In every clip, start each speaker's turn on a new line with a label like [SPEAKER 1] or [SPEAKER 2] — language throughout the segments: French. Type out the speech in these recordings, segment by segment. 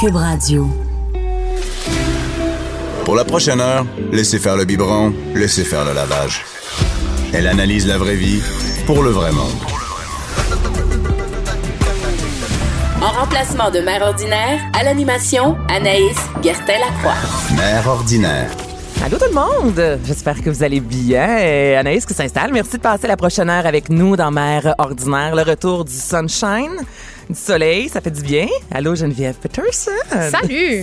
[SPEAKER 1] Cube Radio.
[SPEAKER 2] Pour la prochaine heure, laissez faire le biberon, laissez faire le lavage. Elle analyse la vraie vie pour le vrai monde.
[SPEAKER 3] En remplacement de mère ordinaire, à l'animation, Anaïs Gertin-Lacroix.
[SPEAKER 2] Mère ordinaire.
[SPEAKER 4] Allô tout le monde! J'espère que vous allez bien. Et Anaïs qui s'installe, merci de passer la prochaine heure avec nous dans Mère Ordinaire. Le retour du sunshine, du soleil, ça fait du bien. Allô Geneviève Peterson!
[SPEAKER 5] Salut!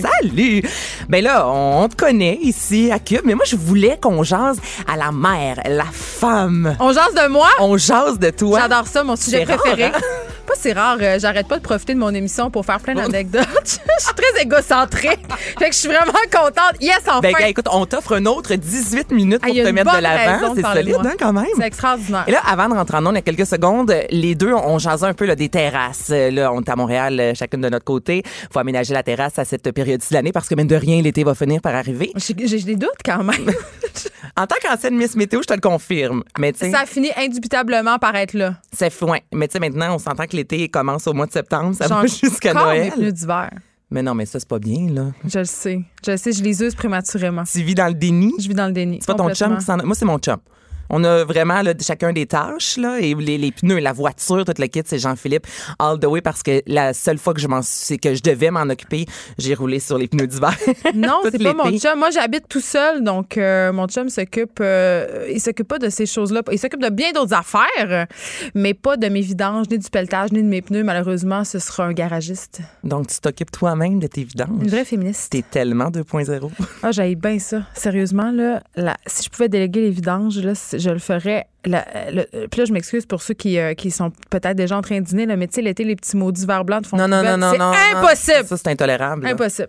[SPEAKER 4] Salut! Ben là, on, on te connaît ici à Cube, mais moi je voulais qu'on jase à la mère, la femme.
[SPEAKER 5] On jase de moi?
[SPEAKER 4] On jase de toi.
[SPEAKER 5] J'adore ça, mon
[SPEAKER 4] C'est
[SPEAKER 5] sujet
[SPEAKER 4] rare,
[SPEAKER 5] préféré.
[SPEAKER 4] hein?
[SPEAKER 5] Pas si rare, euh, j'arrête pas de profiter de mon émission pour faire plein
[SPEAKER 4] Oh.
[SPEAKER 5] d'anecdotes. je suis très égocentrée. fait que je suis vraiment contente. Yes, enfin!
[SPEAKER 4] Ben gars, écoute, on t'offre un autre 18 minutes pour
[SPEAKER 5] Ah, il y a
[SPEAKER 4] te
[SPEAKER 5] une
[SPEAKER 4] mettre de
[SPEAKER 5] bonne raison
[SPEAKER 4] l'avant.
[SPEAKER 5] de
[SPEAKER 4] C'est
[SPEAKER 5] parler de
[SPEAKER 4] solide
[SPEAKER 5] moi.
[SPEAKER 4] hein, quand même.
[SPEAKER 5] C'est extraordinaire.
[SPEAKER 4] Et là, avant de rentrer en ondes, il y a quelques secondes, les deux, on jasait un peu là, des terrasses. Euh, Là, on est à Montréal, euh, chacune de notre côté. faut aménager la terrasse à cette période-ci de l'année parce que, même de rien, l'été va finir par arriver.
[SPEAKER 5] J'ai j'ai des doutes quand même.
[SPEAKER 4] En tant qu'ancienne Miss Météo, je te le confirme. Mais tu sais,
[SPEAKER 5] ça finit indubitablement par être là.
[SPEAKER 4] c'est foin. Mais tu sais, maintenant, on s'entend que l'été commence au mois de septembre. Ça
[SPEAKER 5] J'en
[SPEAKER 4] va jusqu'à
[SPEAKER 5] encore
[SPEAKER 4] Noël.
[SPEAKER 5] mes pneus d'hiver.
[SPEAKER 4] Mais non, mais ça, c'est pas bien, là.
[SPEAKER 5] Je le sais. Je le sais, je les use prématurément.
[SPEAKER 4] Tu vis dans le déni.
[SPEAKER 5] Je vis dans le déni.
[SPEAKER 4] C'est pas ton chum qui s'en... Moi, c'est mon chum. On a vraiment là, chacun des tâches, là, et les, les pneus, la voiture, tout le kit, c'est Jean-Philippe all the way parce que la seule fois que je m'en c'est que je devais m'en occuper, j'ai roulé sur les pneus d'hiver.
[SPEAKER 5] Non,
[SPEAKER 4] Tout
[SPEAKER 5] c'est pas mon
[SPEAKER 4] l'été.
[SPEAKER 5] chum. Moi, j'habite tout seul, donc euh, mon chum s'occupe. euh, il s'occupe pas de ces choses-là. Il s'occupe de bien d'autres affaires, euh, mais pas de mes vidanges, ni du pelletage, ni de mes pneus. Malheureusement, ce sera un garagiste.
[SPEAKER 4] Donc, tu t'occupes toi-même de tes
[SPEAKER 5] Une
[SPEAKER 4] vidanges.
[SPEAKER 5] vraie féministe.
[SPEAKER 4] T'es tellement 2.0.
[SPEAKER 5] Ah, j'aille bien ça. Sérieusement, là, la- si je pouvais déléguer les vidanges, là, c- je le ferais. La- le- euh, puis là, je m'excuse pour ceux qui, euh, qui sont peut-être déjà en train de dîner, là, mais tu sais, l'été, les petits maudits verts blancs de fond de
[SPEAKER 4] Non, non, non,
[SPEAKER 5] poubelle,
[SPEAKER 4] non, non.
[SPEAKER 5] C'est
[SPEAKER 4] non.
[SPEAKER 5] impossible!
[SPEAKER 4] Ça, c'est intolérable. là.
[SPEAKER 5] impossible.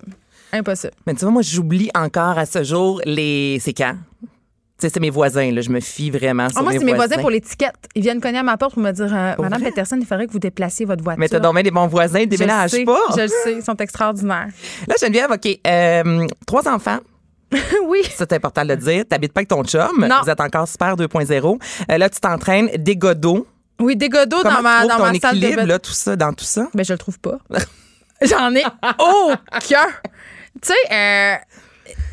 [SPEAKER 5] Impossible.
[SPEAKER 4] Mais tu vois, moi, j'oublie encore à ce jour les... C'est quand? Tu sais, c'est mes voisins, là. Je me fie vraiment sur
[SPEAKER 5] Ah, moi,
[SPEAKER 4] mes
[SPEAKER 5] c'est mes voisins pour l'étiquette. Ils viennent cogner à ma porte pour me dire euh,
[SPEAKER 4] Pour
[SPEAKER 5] Madame
[SPEAKER 4] vrai?
[SPEAKER 5] Peterson, il faudrait que vous déplaciez votre voiture.
[SPEAKER 4] Mais t'as donc bien des bons voisins,
[SPEAKER 5] Je le
[SPEAKER 4] déménage
[SPEAKER 5] sais,
[SPEAKER 4] pas.
[SPEAKER 5] Je le sais, ils sont extraordinaires.
[SPEAKER 4] Là, Geneviève, OK, euh, trois enfants.
[SPEAKER 5] oui.
[SPEAKER 4] C'est important de le dire. T'habites pas avec ton chum.
[SPEAKER 5] Non.
[SPEAKER 4] Vous êtes encore super 2.0. Euh, là, tu t'entraînes des godots.
[SPEAKER 5] Oui, des godots
[SPEAKER 4] Comment
[SPEAKER 5] dans ma,
[SPEAKER 4] tu trouves
[SPEAKER 5] dans
[SPEAKER 4] ton
[SPEAKER 5] ma salle de
[SPEAKER 4] équilibre,
[SPEAKER 5] bain.
[SPEAKER 4] là, tout ça, dans tout ça?
[SPEAKER 5] Ben, je le trouve pas. J'en ai aucun. Tu sais, euh,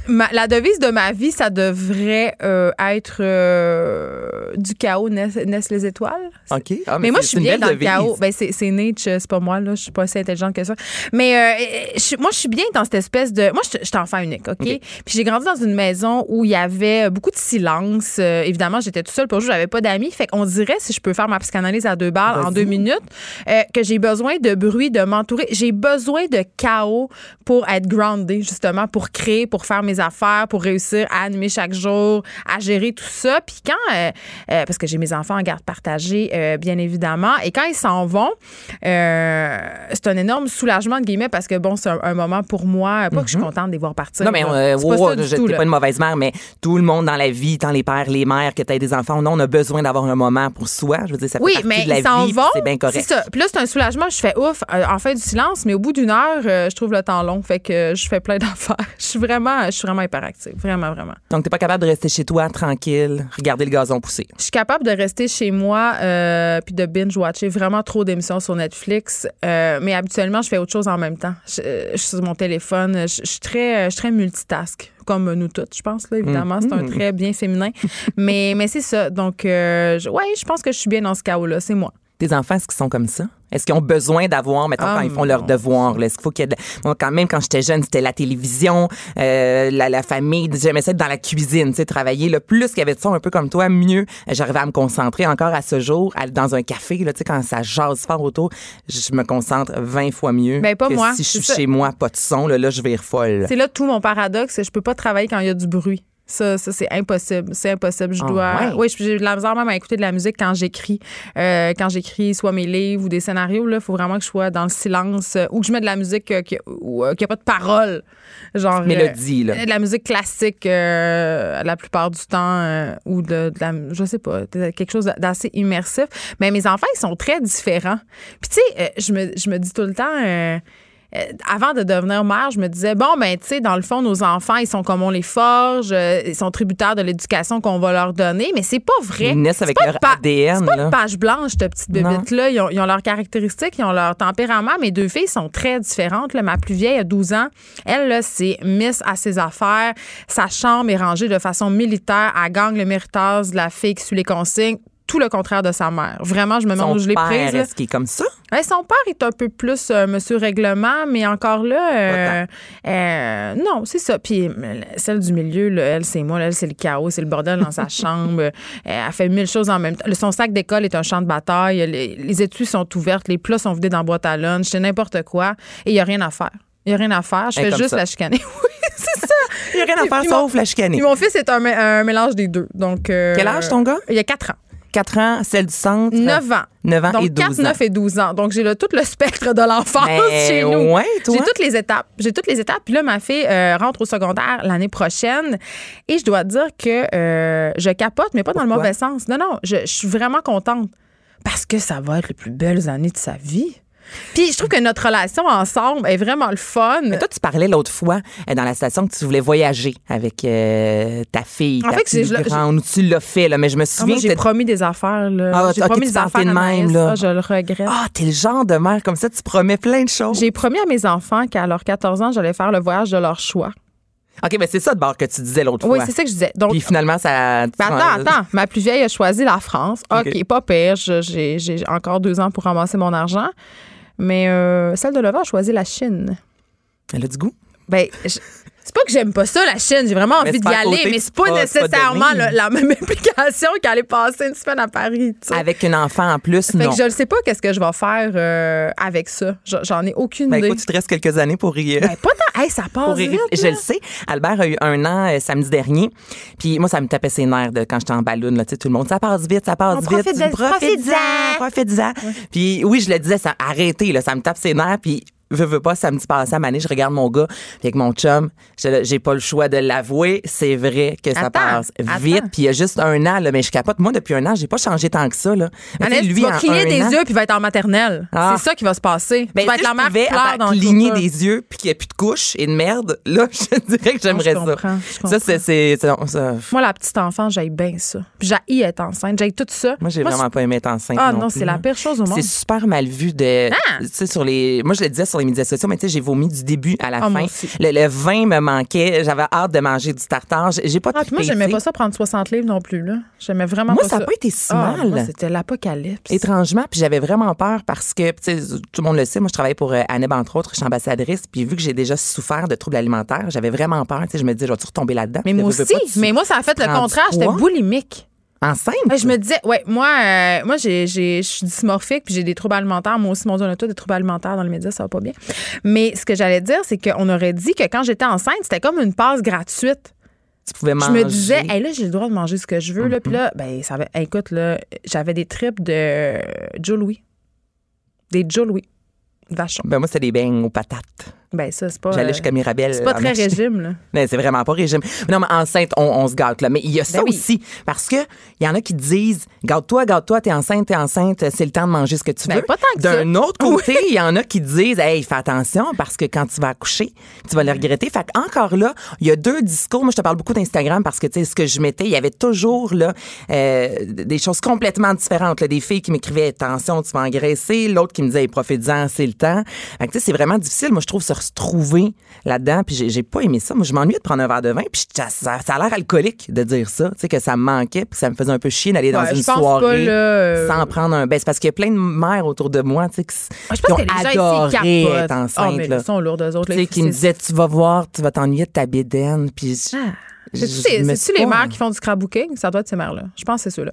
[SPEAKER 5] ma- la devise de ma vie, ça devrait euh, être euh, du chaos naissent, naissent les étoiles.
[SPEAKER 4] OK. Ah,
[SPEAKER 5] mais moi,
[SPEAKER 4] c'est- c'est
[SPEAKER 5] je suis
[SPEAKER 4] une
[SPEAKER 5] bien
[SPEAKER 4] belle
[SPEAKER 5] dans
[SPEAKER 4] devise.
[SPEAKER 5] le chaos. Ben, c'est c'est Nietzsche, c'est pas moi, là. Je suis pas assez intelligente que ça. Mais euh, je suis- moi, je suis bien dans cette espèce de. Moi, je je suis enfant unique, OK? Puis j'ai grandi dans une maison où il y avait beaucoup de silence. Euh, évidemment, j'étais toute seule pour jouer, j'avais pas d'amis. Fait qu'on dirait, si je peux faire ma psychanalyse à deux balles en
[SPEAKER 4] Vas-y.
[SPEAKER 5] deux minutes, euh, que j'ai besoin de bruit, de m'entourer. J'ai besoin de chaos pour être groundée, justement, pour créer, pour faire mes affaires, pour réussir à animer chaque jour, à gérer tout ça. Puis quand, euh, euh, parce que j'ai mes enfants en garde partagée, euh, bien évidemment, et quand ils s'en vont, euh, c'est un énorme soulagement, de guillemets, parce que bon, c'est un, un moment pour moi. Pas que je suis contente de les voir
[SPEAKER 4] Mhm.
[SPEAKER 5] partir.
[SPEAKER 4] Non, mais
[SPEAKER 5] là.
[SPEAKER 4] euh,
[SPEAKER 5] Ben, C'est pas
[SPEAKER 4] wow,
[SPEAKER 5] ça du
[SPEAKER 4] je-
[SPEAKER 5] tout,
[SPEAKER 4] t'es
[SPEAKER 5] là.
[SPEAKER 4] pas une mauvaise mère, mais tout le monde dans la vie, tant les pères, les mères, que t'aies des enfants, non, on a besoin d'avoir un moment pour soi. Je veux dire, ça fait
[SPEAKER 5] Oui,
[SPEAKER 4] partie
[SPEAKER 5] mais
[SPEAKER 4] de la
[SPEAKER 5] ils s'en
[SPEAKER 4] vie, puis
[SPEAKER 5] vont.
[SPEAKER 4] c'est bien correct.
[SPEAKER 5] ça. Puis là, c'est un soulagement. Je fais ouf. euh, en fait, du silence, mais au bout d'une heure, euh, je trouve le temps long. Fait que euh, je fais plein d'affaires. Je suis vraiment, je suis vraiment hyperactive. Vraiment, vraiment.
[SPEAKER 4] Donc, t'es pas capable de rester chez toi, tranquille, regarder le gazon pousser.
[SPEAKER 5] Je suis capable de rester chez moi euh, puis de binge-watcher vraiment trop d'émissions sur Netflix. euh, mais habituellement, je fais autre chose en même temps. Je, euh, je suis sur mon téléphone. Je, je suis très, euh, je suis très multitask, comme nous toutes, je pense. Là, évidemment, c'est un trait bien féminin. mais mais c'est ça. Donc, euh, je- ouais, je pense que je suis bien dans ce chaos-là. C'est moi.
[SPEAKER 4] Tes enfants, est-ce qu'ils sont comme ça? Est-ce qu'ils ont besoin d'avoir, mettons,
[SPEAKER 5] Ah,
[SPEAKER 4] quand ils font leurs
[SPEAKER 5] mon
[SPEAKER 4] devoirs? là, Est-ce qu'il faut qu'il y ait de... Moi, quand même, quand j'étais jeune, c'était la télévision, euh, la, la famille. J'aimais ça être dans la cuisine, tu sais, travailler. Le plus qu'il y avait de ça, un peu comme toi, mieux j'arrivais à me concentrer. Encore à ce jour, à- dans un café, là, tu sais, quand ça jase fort autour, je me concentre 20 fois mieux
[SPEAKER 5] Ben, pas
[SPEAKER 4] que
[SPEAKER 5] moi,
[SPEAKER 4] si je suis
[SPEAKER 5] c'est ça.
[SPEAKER 4] chez moi, pas de son. Là, là je vais être folle.
[SPEAKER 5] C'est là tout mon paradoxe, je peux pas travailler quand il y a du bruit. Ça, ça c'est impossible. C'est impossible. Je
[SPEAKER 4] Ah,
[SPEAKER 5] dois.
[SPEAKER 4] ouais?
[SPEAKER 5] Oui, j'ai de la misère même à écouter de la musique quand j'écris. Euh, quand j'écris soit mes livres ou des scénarios, il faut vraiment que je sois dans le silence euh, ou que je mette de la musique euh, qui ou, euh, qui a pas de parole. Genre. euh,
[SPEAKER 4] Mélodie, là.
[SPEAKER 5] de la musique classique euh, la plupart du temps euh, ou de, de la je sais pas de- quelque chose d'assez immersif mais mes enfants ils sont très différents puis tu sais euh, je me je me dis tout le temps euh, euh, avant de devenir mère, je me disais, bon, ben, tu sais, dans le fond, nos enfants, ils sont comme on les forge, euh, ils sont tributaires de l'éducation qu'on va leur donner, mais c'est pas vrai.
[SPEAKER 4] Ils naissent avec
[SPEAKER 5] C'est pas
[SPEAKER 4] leur
[SPEAKER 5] une pa-
[SPEAKER 4] ADN,
[SPEAKER 5] C'est pas
[SPEAKER 4] là.
[SPEAKER 5] une page blanche, cette petite
[SPEAKER 4] Non.
[SPEAKER 5] bébite-là. Ils ont, ils ont leurs caractéristiques, ils ont leur tempérament. Mes deux filles sont très différentes. là. Ma plus vieille a 12 ans. Elle, là, c'est miss à ses affaires. Sa chambre est rangée de façon militaire. Elle gagne le méritage de la fille qui suit les consignes. Tout le contraire de sa mère. Vraiment, je me demande
[SPEAKER 4] Son
[SPEAKER 5] où je l'ai
[SPEAKER 4] père,
[SPEAKER 5] prise. là.
[SPEAKER 4] est-ce qu'il est comme ça?
[SPEAKER 5] Ouais, son père est un peu plus euh, monsieur règlement, mais encore là, euh, euh, non, c'est ça. Puis euh, celle du milieu, là, elle, c'est moi, là, elle, c'est le chaos, c'est le bordel dans sa chambre. Euh, Elle fait mille choses en même temps. Le- Son sac d'école est un champ de bataille. Les, les étuis sont ouvertes, les plats sont vidés dans la boîte à lunch, c'est n'importe quoi. Et il n'y a rien à faire. Il n'y a rien à faire. Je
[SPEAKER 4] Elle est
[SPEAKER 5] fais
[SPEAKER 4] comme
[SPEAKER 5] juste
[SPEAKER 4] ça.
[SPEAKER 5] la chicaner. oui, c'est ça.
[SPEAKER 4] Il n'y a rien à
[SPEAKER 5] Puis-
[SPEAKER 4] faire
[SPEAKER 5] puis
[SPEAKER 4] sauf
[SPEAKER 5] mon-
[SPEAKER 4] la chicaner.
[SPEAKER 5] Puis mon fils est un, mé- un mélange des deux. Donc, euh,
[SPEAKER 4] Quel âge, ton gars?
[SPEAKER 5] Il y a 4 ans.
[SPEAKER 4] 4 ans, celle du centre.
[SPEAKER 5] 9 ans.
[SPEAKER 4] 9 ans
[SPEAKER 5] Donc,
[SPEAKER 4] et 12
[SPEAKER 5] 4,
[SPEAKER 4] ans.
[SPEAKER 5] 9 et 12 ans. Donc, j'ai le- tout le spectre de l'enfance
[SPEAKER 4] Ben,
[SPEAKER 5] chez nous.
[SPEAKER 4] ouais, toi.
[SPEAKER 5] J'ai toutes les étapes. J'ai toutes les étapes. Puis là, ma fille euh, rentre au secondaire l'année prochaine. Et je dois dire que euh, je capote, mais pas dans le
[SPEAKER 4] Pourquoi?
[SPEAKER 5] mauvais sens. Non, non, je, je suis vraiment contente. Parce que ça va être les plus belles années de sa vie. Puis je trouve que notre relation ensemble est vraiment le fun.
[SPEAKER 4] Mais toi, tu parlais l'autre fois euh, dans la station que tu voulais voyager avec euh, ta fille,
[SPEAKER 5] En
[SPEAKER 4] ta
[SPEAKER 5] fait,
[SPEAKER 4] plus
[SPEAKER 5] je l'ai- je-
[SPEAKER 4] grande, ou tu l'as fait, là, mais je me souviens
[SPEAKER 5] Ah, moi,
[SPEAKER 4] que
[SPEAKER 5] j'ai
[SPEAKER 4] t'as-
[SPEAKER 5] promis des affaires. là.
[SPEAKER 4] Ah,
[SPEAKER 5] j'ai
[SPEAKER 4] ok,
[SPEAKER 5] promis
[SPEAKER 4] tu
[SPEAKER 5] des affaires.
[SPEAKER 4] pensais de
[SPEAKER 5] à
[SPEAKER 4] même,
[SPEAKER 5] Anaïs.
[SPEAKER 4] là.
[SPEAKER 5] Ah, je le regrette.
[SPEAKER 4] Ah, t'es le genre de mère comme ça, tu promets plein de choses.
[SPEAKER 5] J'ai promis à mes enfants qu'à leurs 14 ans, j'allais faire le voyage de leur choix.
[SPEAKER 4] OK, mais c'est ça de bord que tu disais l'autre
[SPEAKER 5] Oui,
[SPEAKER 4] fois.
[SPEAKER 5] c'est ça que je disais. Donc,
[SPEAKER 4] Puis finalement, ça.
[SPEAKER 5] ben, attends, attends. Ma plus vieille a choisi la France. OK,
[SPEAKER 4] OK.
[SPEAKER 5] pas pire. Je- J'ai j'ai encore deux ans pour ramasser mon argent. Mais euh, celle de l'avant a choisi la Chine.
[SPEAKER 4] Elle a du goût.
[SPEAKER 5] Ben, je- c'est pas que j'aime pas ça, la Chine. J'ai vraiment
[SPEAKER 4] Mais
[SPEAKER 5] envie
[SPEAKER 4] c'est
[SPEAKER 5] d'y
[SPEAKER 4] pas à
[SPEAKER 5] aller,
[SPEAKER 4] côté,
[SPEAKER 5] mais
[SPEAKER 4] c'est
[SPEAKER 5] c'est pas,
[SPEAKER 4] pas- c'est pas
[SPEAKER 5] nécessairement
[SPEAKER 4] donné.
[SPEAKER 5] la, la même implication qu'aller passer une semaine à Paris. tu sais.
[SPEAKER 4] Avec un enfant en plus,
[SPEAKER 5] Fait
[SPEAKER 4] non.
[SPEAKER 5] que je ne sais pas qu'est-ce que je vais faire euh, avec ça. Je- J'en ai aucune
[SPEAKER 4] Ben,
[SPEAKER 5] idée.
[SPEAKER 4] écoute, tu te restes quelques années pour y. euh,
[SPEAKER 5] Ben, pas tant. Hey, ça passe
[SPEAKER 4] pour y
[SPEAKER 5] vite,
[SPEAKER 4] réfl- je
[SPEAKER 5] là.
[SPEAKER 4] le sais. Albert a eu un an euh, samedi dernier. Puis moi, ça me tapait ses nerfs de, quand j'étais en ballon. Là, tu sais, tout le monde, ça passe vite, ça passe
[SPEAKER 5] On
[SPEAKER 4] vite.
[SPEAKER 5] profite de-
[SPEAKER 4] Profite-en, profite-en.
[SPEAKER 5] profite-en.
[SPEAKER 4] Puis oui, je le disais, ça, arrêtez, là, ça me tape ses nerfs. Puis veux, veux pas, samedi passé à Mané, je regarde mon gars. Puis avec mon chum, je- j'ai pas le choix de l'avouer. C'est vrai que ça
[SPEAKER 5] Attends,
[SPEAKER 4] passe vite.
[SPEAKER 5] attends.
[SPEAKER 4] Puis il y a juste un an, là, mais je capote. Moi, depuis un an, j'ai pas changé tant que ça. Là. Mais
[SPEAKER 5] Anaïs,
[SPEAKER 4] tu sais,
[SPEAKER 5] tu vas
[SPEAKER 4] en
[SPEAKER 5] cligner
[SPEAKER 4] un
[SPEAKER 5] des
[SPEAKER 4] an-
[SPEAKER 5] yeux puis va être en maternelle.
[SPEAKER 4] Ah.
[SPEAKER 5] C'est ça qui va se passer.
[SPEAKER 4] ben,
[SPEAKER 5] tu vas être
[SPEAKER 4] si
[SPEAKER 5] la
[SPEAKER 4] je
[SPEAKER 5] mère qui
[SPEAKER 4] pouvais,
[SPEAKER 5] pleure
[SPEAKER 4] attends,
[SPEAKER 5] dans le
[SPEAKER 4] cligner
[SPEAKER 5] couple.
[SPEAKER 4] des yeux puis qu'il n'y a plus de couche et de merde, là, je dirais que j'aimerais
[SPEAKER 5] Ah, je comprends,
[SPEAKER 4] ça.
[SPEAKER 5] je comprends.
[SPEAKER 4] Ça, c'est- c'est. c'est- non, ça-
[SPEAKER 5] Moi, la petite enfant, j'aille bien ça. Puis j'haïs être enceinte. J'aille tout ça.
[SPEAKER 4] Moi, j'ai vraiment pas aimé être enceinte.
[SPEAKER 5] Ah non,
[SPEAKER 4] plus,
[SPEAKER 5] c'est la
[SPEAKER 4] là.
[SPEAKER 5] pire chose au monde.
[SPEAKER 4] C'est super mal vu de.
[SPEAKER 5] Ah!
[SPEAKER 4] Tu sais, sur les. Moi, je le disais sur les médias sociaux, mais tu sais, j'ai vomi du début à la
[SPEAKER 5] Ah, moi
[SPEAKER 4] fin.
[SPEAKER 5] aussi.
[SPEAKER 4] Le, le vin me manquait. J'avais hâte de manger du tartare. J'ai- J'ai pas
[SPEAKER 5] Ah,
[SPEAKER 4] tout
[SPEAKER 5] puis moi, j'aimais pas
[SPEAKER 4] pété.
[SPEAKER 5] ça prendre 60 livres non plus. là. J'aimais vraiment
[SPEAKER 4] Moi,
[SPEAKER 5] pas
[SPEAKER 4] ça
[SPEAKER 5] ça.
[SPEAKER 4] a pas été si
[SPEAKER 5] Ah,
[SPEAKER 4] mal.
[SPEAKER 5] moi, C'était l'apocalypse.
[SPEAKER 4] Étrangement, puis j'avais vraiment peur parce que, tu sais, tout le monde le sait, moi, je travaille pour euh, Aneb, entre autres, je suis ambassadrice, puis vu que j'ai déjà souffert de troubles alimentaires, j'avais vraiment peur, tu sais, je me disais, je vais-tu retomber là-dedans?
[SPEAKER 5] Mais
[SPEAKER 4] Je
[SPEAKER 5] moi
[SPEAKER 4] veux
[SPEAKER 5] aussi.
[SPEAKER 4] pas, tu-
[SPEAKER 5] Mais moi, ça a fait le
[SPEAKER 4] prends du
[SPEAKER 5] contraire. J'étais
[SPEAKER 4] poids.
[SPEAKER 5] boulimique.
[SPEAKER 4] Enceinte?
[SPEAKER 5] Ouais, je me disais, ouais, moi, euh, moi, j'ai, j'ai- je suis dysmorphique, puis j'ai des troubles alimentaires. Moi aussi, mon Dieu, on a tous des troubles alimentaires dans les médias, ça va pas bien. Mais ce que j'allais dire, c'est qu'on aurait dit que quand j'étais enceinte, c'était comme une passe gratuite.
[SPEAKER 4] tu pouvais
[SPEAKER 5] Je
[SPEAKER 4] manger. Mm-hmm.
[SPEAKER 5] me disais, hey, là, j'ai le droit de manger ce que je veux. là. Puis là, ben, ça avait, hey, écoute, là, j'avais des tripes de euh, Joe Louis. Des Joe Louis. Vachon.
[SPEAKER 4] Ben, moi, c'était des beignes aux patates.
[SPEAKER 5] Ben, ça, c'est pas.
[SPEAKER 4] J'allais
[SPEAKER 5] euh,
[SPEAKER 4] jusqu'à Mirabelle.
[SPEAKER 5] c'est pas
[SPEAKER 4] en
[SPEAKER 5] très
[SPEAKER 4] acheter.
[SPEAKER 5] régime, là.
[SPEAKER 4] Mais c'est vraiment pas régime. Mais Non, mais enceinte, on, on se gâte, là. Mais il y a ça
[SPEAKER 5] Ben oui.
[SPEAKER 4] aussi. Parce que il y en a qui disent, gâte-toi, gâte-toi, t'es enceinte, t'es enceinte, c'est le temps de manger ce que tu
[SPEAKER 5] Ben,
[SPEAKER 4] veux.
[SPEAKER 5] pas tant que ça.
[SPEAKER 4] D'un autre côté, il y en a qui disent, hey, fais attention parce que quand tu vas accoucher, tu vas le regretter. Fait encore là, il y a deux discours. Moi, je te parle beaucoup d'Instagram parce que, tu sais, ce que je mettais, il y avait toujours, là, euh, des choses complètement différentes. là. Des filles qui m'écrivaient, attention, tu vas engraisser. L'autre qui me disait, hey, profite-en, c'est le temps. Fait que, tu sais, c'est vraiment difficile, moi, je trouve, se retrouver là-dedans. Puis j'ai j'ai pas aimé ça. Moi, je m'ennuie de prendre un verre de vin. Puis ça, ça- ça a l'air alcoolique de dire ça. Tu sais, que ça me manquait. Puis ça me faisait un peu chier d'aller dans
[SPEAKER 5] Ouais,
[SPEAKER 4] une
[SPEAKER 5] je pense
[SPEAKER 4] soirée
[SPEAKER 5] pas, là, euh,
[SPEAKER 4] sans prendre un. Ben, c'est parce qu'il y a plein de mères autour de moi, tu sais, qui, s-
[SPEAKER 5] Ah,
[SPEAKER 4] qui
[SPEAKER 5] je pense
[SPEAKER 4] ont
[SPEAKER 5] que les gens
[SPEAKER 4] adoré
[SPEAKER 5] ici ils
[SPEAKER 4] être
[SPEAKER 5] capotent. Ah,
[SPEAKER 4] enceintes.
[SPEAKER 5] mais
[SPEAKER 4] là.
[SPEAKER 5] ils sont lourds d'eux autres.
[SPEAKER 4] Tu
[SPEAKER 5] là.
[SPEAKER 4] sais, qui me
[SPEAKER 5] C'est-
[SPEAKER 4] disaient, tu vas voir, tu vas t'ennuyer de ta bédaine. Puis. je- je-
[SPEAKER 5] Ah, C'est-tu
[SPEAKER 4] je me
[SPEAKER 5] c'est-
[SPEAKER 4] suis
[SPEAKER 5] c'est-tu les
[SPEAKER 4] pas-
[SPEAKER 5] mères qui font du scrapbooking? Ça doit être ces mères-là. Je pense que c'est ceux-là.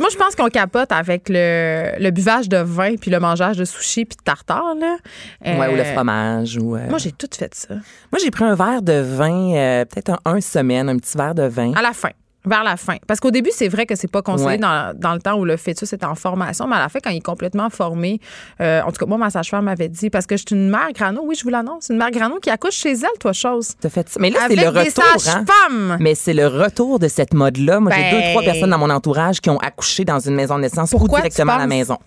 [SPEAKER 5] Moi, je pense qu'on capote avec le, le buvage de vin puis le mangeage de sushi puis de tartare. Là. Euh,
[SPEAKER 4] Ouais, ou le fromage. Ou, euh,
[SPEAKER 5] Moi, j'ai tout fait ça.
[SPEAKER 4] Moi, j'ai pris un verre de vin, euh, peut-être un, un semaine, un petit verre de vin.
[SPEAKER 5] À la fin. Vers la fin. Parce qu'au début, c'est vrai que c'est pas conseillé
[SPEAKER 4] Ouais.
[SPEAKER 5] dans, dans le temps où le fœtus est en formation, mais à la fin, quand il est complètement formé, euh, en tout cas, moi, ma sage-femme m'avait dit, parce que je suis une mère grano, oui, je vous l'annonce, une mère grano qui accouche chez elle, toi, chose.
[SPEAKER 4] T'as fait ça. Mais là, c'est
[SPEAKER 5] Avec
[SPEAKER 4] le
[SPEAKER 5] des
[SPEAKER 4] retour. hein.
[SPEAKER 5] sages-femmes.
[SPEAKER 4] Mais c'est le retour de cette mode-là. Moi, j'ai
[SPEAKER 5] Ben.
[SPEAKER 4] deux, trois personnes dans mon entourage qui ont accouché dans une maison de naissance ou
[SPEAKER 5] Pourquoi tu
[SPEAKER 4] directement à la
[SPEAKER 5] penses?
[SPEAKER 4] maison.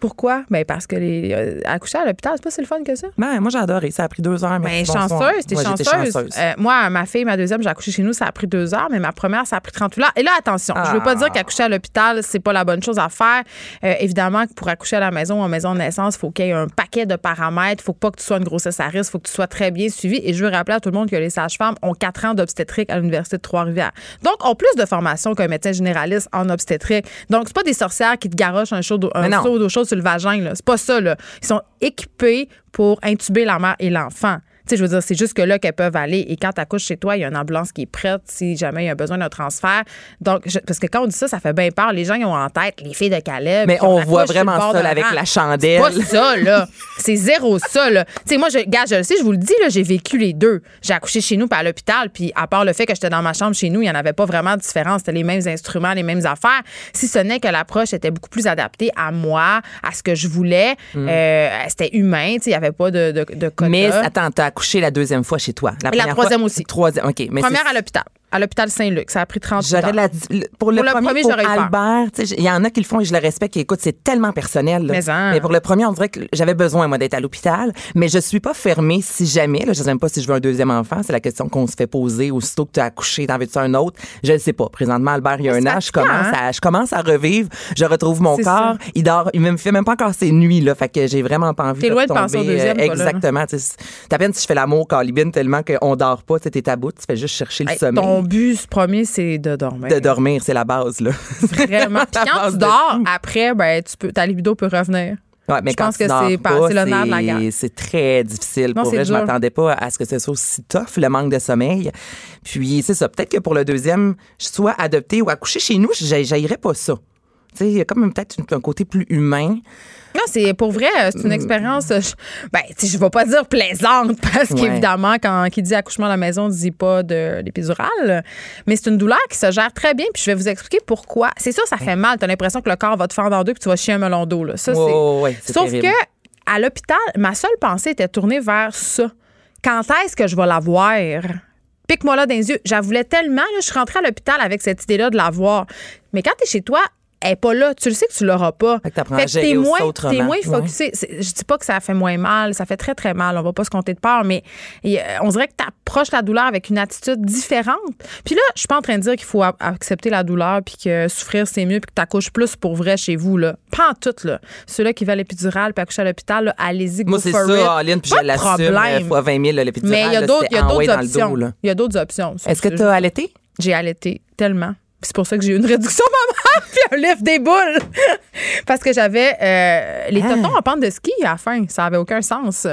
[SPEAKER 5] Pourquoi? Ben parce que les, euh, accoucher à l'hôpital, c'est pas si le fun que ça.
[SPEAKER 4] Ben, moi, j'ai adoré. Ça a pris deux heures.
[SPEAKER 5] Ben,
[SPEAKER 4] merci, bonsoir.
[SPEAKER 5] chanceuse, t'es
[SPEAKER 4] Ouais, j'étais
[SPEAKER 5] chanceuse. Euh, moi, ma fille, ma deuxième, j'ai accouché chez nous, ça a pris deux heures, mais ma première, ça a pris 38 heures. Et là, attention, je veux pas
[SPEAKER 4] Ah.
[SPEAKER 5] dire qu'accoucher à l'hôpital, c'est pas la bonne chose à faire. Euh, évidemment que pour accoucher à la maison ou en maison de naissance, faut qu'il y ait un paquet de paramètres. Faut pas que tu sois une grossesse à risque. Faut que tu sois très bien suivi. Et je veux rappeler à tout le monde que les sages-femmes ont quatre ans d'obstétrique à l'Université de Trois-Rivières. Donc, ont plus de formation qu'un médecin généraliste en obstétrique. Donc, c'est pas des sorcières qui te garochent un, chaud d'eau- un
[SPEAKER 4] Mais non.
[SPEAKER 5] seau d'eau chaude sur le vagin. là. C'est pas ça. Là. Ils sont équipés pour intuber la mère et l'enfant. Tu sais, je veux dire, c'est juste que là qu'elles peuvent aller. Et quand t'accouches chez toi, il y a une ambulance qui est prête si jamais il y a besoin d'un transfert. Donc, je- parce que quand on dit ça, ça fait bien peur. Les gens, ils ont en tête les filles de Caleb.
[SPEAKER 4] Mais
[SPEAKER 5] puis
[SPEAKER 4] on
[SPEAKER 5] accouche
[SPEAKER 4] voit
[SPEAKER 5] sur le
[SPEAKER 4] vraiment
[SPEAKER 5] bord
[SPEAKER 4] ça
[SPEAKER 5] d'un
[SPEAKER 4] là, avec
[SPEAKER 5] rang.
[SPEAKER 4] la
[SPEAKER 5] C'est
[SPEAKER 4] chandelle.
[SPEAKER 5] pas ça, là. C'est zéro ça, là. Tu sais, moi, je, gars, je le sais, je vous le dis, là, j'ai vécu les deux. J'ai accouché chez nous, puis à l'hôpital, puis à part le fait que j'étais dans ma chambre chez nous, il n'y en avait pas vraiment de différence. C'était les mêmes instruments, les mêmes affaires. Si ce n'est que l'approche était beaucoup plus adaptée à moi, à ce que je voulais. Euh, c'était humain, tu sais, il n'y avait pas de, de, de quota.
[SPEAKER 4] Mm. Mais attends, t'as accouché la deuxième fois chez toi. La, première fois-
[SPEAKER 5] troisième aussi.
[SPEAKER 4] Troisième, OK. Mais
[SPEAKER 5] Première
[SPEAKER 4] c'est-
[SPEAKER 5] à l'hôpital. À l'hôpital Saint-Luc. Ça a pris 30
[SPEAKER 4] J'aurais
[SPEAKER 5] heures.
[SPEAKER 4] la, le- pour, le
[SPEAKER 5] Pour le
[SPEAKER 4] premier,
[SPEAKER 5] premier,
[SPEAKER 4] pour
[SPEAKER 5] j'aurais eu peur.
[SPEAKER 4] Albert, tu sais, il y en a qui le font et je le respecte. Et écoute, c'est tellement personnel. là.
[SPEAKER 5] Mais hein. en.
[SPEAKER 4] pour le premier, on dirait que j'avais besoin moi d'être à l'hôpital, mais je suis pas fermée si jamais. Là, je sais même pas si je veux un deuxième enfant. C'est la question qu'on se fait poser aussitôt que tu as accouché. T'en veux-tu un autre Je ne sais pas. Présentement, Albert, il y a un
[SPEAKER 5] c'est
[SPEAKER 4] an, je
[SPEAKER 5] fatigant,
[SPEAKER 4] commence
[SPEAKER 5] hein?
[SPEAKER 4] à, je commence à revivre. Je retrouve mon
[SPEAKER 5] C'est
[SPEAKER 4] corps. Il dort. Il me fait même pas encore ses nuits là. Fait que j'ai vraiment pas envie.
[SPEAKER 5] T'es loin de penser au
[SPEAKER 4] retomber, euh,
[SPEAKER 5] deuxième, toi, là.
[SPEAKER 4] Exactement. Tu sais, c'est à peine si je fais l'amour, Calibine, tellement qu'on dort pas. T'es à bout. Tu fais juste chercher le
[SPEAKER 5] Hey,
[SPEAKER 4] sommeil
[SPEAKER 5] ton but premier, c'est de dormir.
[SPEAKER 4] de dormir, c'est la base là.
[SPEAKER 5] Vraiment. Puis quand
[SPEAKER 4] base
[SPEAKER 5] tu
[SPEAKER 4] de
[SPEAKER 5] dors, après, ben, tu peux, ta libido peut revenir.
[SPEAKER 4] Ouais, mais
[SPEAKER 5] Je
[SPEAKER 4] quand
[SPEAKER 5] pense
[SPEAKER 4] tu
[SPEAKER 5] que
[SPEAKER 4] dors
[SPEAKER 5] c'est par-
[SPEAKER 4] pas,
[SPEAKER 5] c'est le nerf de la
[SPEAKER 4] c'est-
[SPEAKER 5] guerre.
[SPEAKER 4] C'est très difficile.
[SPEAKER 5] Non,
[SPEAKER 4] pour
[SPEAKER 5] c'est
[SPEAKER 4] vrai, je
[SPEAKER 5] dur.
[SPEAKER 4] m'attendais pas à ce que ce soit aussi tough le manque de sommeil. Puis c'est ça, peut-être que pour le deuxième, je sois adoptée ou accouchée chez nous, j'a- j'haïrais pas ça. Tu sais, il y a comme peut-être une- un côté plus humain.
[SPEAKER 5] Non, c'est pour vrai, euh,
[SPEAKER 4] Mm.
[SPEAKER 5] c'est une expérience. euh, je- Ben, tu sais, je vais pas dire plaisante parce
[SPEAKER 4] Ouais.
[SPEAKER 5] qu'évidemment, quand qui dit accouchement à la maison, dit pas de l'épidurale. Mais c'est une douleur qui se gère très bien. Puis je vais vous expliquer pourquoi. C'est sûr, ça fait mal. T'as l'impression que le corps va te fendre en deux puis tu vas chier un melon d'eau. Là. Ça,
[SPEAKER 4] Ouais,
[SPEAKER 5] c'est-
[SPEAKER 4] ouais, ouais, c'est
[SPEAKER 5] Sauf
[SPEAKER 4] terrible.
[SPEAKER 5] que à l'hôpital, ma seule pensée était tournée vers ça. Quand est-ce que je vais la voir? Pique-moi là dans les yeux. J'en voulais tellement. là, je suis rentrée à l'hôpital avec cette idée-là de la voir. Mais quand t'es chez toi, elle n'est pas là. Tu le sais que tu l'auras pas.
[SPEAKER 4] Fait que t'apprends à
[SPEAKER 5] Fait que
[SPEAKER 4] gérer
[SPEAKER 5] t'es
[SPEAKER 4] aussi
[SPEAKER 5] moins,
[SPEAKER 4] autrement.
[SPEAKER 5] t'es moins
[SPEAKER 4] Ouais.
[SPEAKER 5] focusé. C'est- Je dis pas que ça fait moins mal, ça fait très très mal. On va pas se compter de peur, mais et, euh, on dirait que t'approches la douleur avec une attitude différente. Puis là, je suis pas en train de dire qu'il faut a- accepter la douleur puis que souffrir c'est mieux puis que t'accouches plus pour vrai chez vous là. Pas en tout là. Ceux-là qui veulent l'épidurale puis accoucher à l'hôpital, là, allez-y.
[SPEAKER 4] Moi,
[SPEAKER 5] go
[SPEAKER 4] c'est
[SPEAKER 5] for it.
[SPEAKER 4] ça, Aline, puis
[SPEAKER 5] Pas
[SPEAKER 4] je
[SPEAKER 5] de
[SPEAKER 4] l'assume euh,
[SPEAKER 5] problème.
[SPEAKER 4] fois 20 000, là, l'épidurale,
[SPEAKER 5] Mais il y a
[SPEAKER 4] là,
[SPEAKER 5] d'autres,
[SPEAKER 4] c'était
[SPEAKER 5] il y a
[SPEAKER 4] en way
[SPEAKER 5] d'autres
[SPEAKER 4] dans le
[SPEAKER 5] options.
[SPEAKER 4] dos, là.
[SPEAKER 5] Il y a d'autres options.
[SPEAKER 4] Est-ce que tu as allaité?
[SPEAKER 5] j'ai allaité tellement. Puis C'est pour ça que j'ai eu une réduction mammaire puis un lift des boules. Parce que j'avais euh, les
[SPEAKER 4] Ah.
[SPEAKER 5] tontons en pente de ski à la fin. Ça avait aucun sens.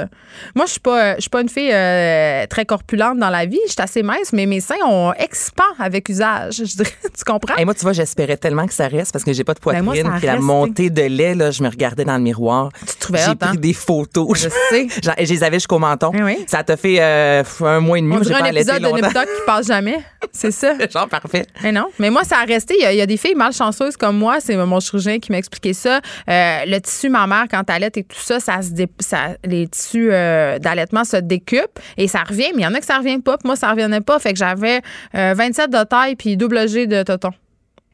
[SPEAKER 5] Moi, je suis pas, je suis pas une fille euh, très corpulente dans la vie. Je suis assez mince, mais mes seins ont expand avec usage. Je dirais, tu comprends?
[SPEAKER 4] Et moi, tu vois, j'espérais tellement que ça reste parce que j'ai pas de
[SPEAKER 5] Ben,
[SPEAKER 4] poitrine.
[SPEAKER 5] moi, ça a
[SPEAKER 4] puis la
[SPEAKER 5] resté.
[SPEAKER 4] montée de lait, là, je me regardais dans le miroir.
[SPEAKER 5] Tu te trouvais
[SPEAKER 4] J'ai
[SPEAKER 5] hot, hein?
[SPEAKER 4] pris des photos.
[SPEAKER 5] Je sais.
[SPEAKER 4] Genre, Je les avais jusqu'au menton.
[SPEAKER 5] Eh oui.
[SPEAKER 4] Ça t'a fait euh, un mois et demi.
[SPEAKER 5] On
[SPEAKER 4] moi, j'ai
[SPEAKER 5] dirait
[SPEAKER 4] pas
[SPEAKER 5] un
[SPEAKER 4] allaité
[SPEAKER 5] épisode de
[SPEAKER 4] longtemps.
[SPEAKER 5] Nip Tuck qui passe jamais. C'est ça.
[SPEAKER 4] Genre parfait.
[SPEAKER 5] Mais non, mais moi, ça a resté. Il y a, il y a des filles malchanceuses comme moi. C'est mon chirurgien qui m'a expliqué ça. Euh, le tissu mammaire, quand t'allaites et tout ça, ça se dé- ça- les tissus euh, d'allaitement se décupent et ça revient. Mais il y en a que ça revient pas. puis Moi, ça revenait pas. Fait que j'avais euh, 27 de taille puis double G de toton.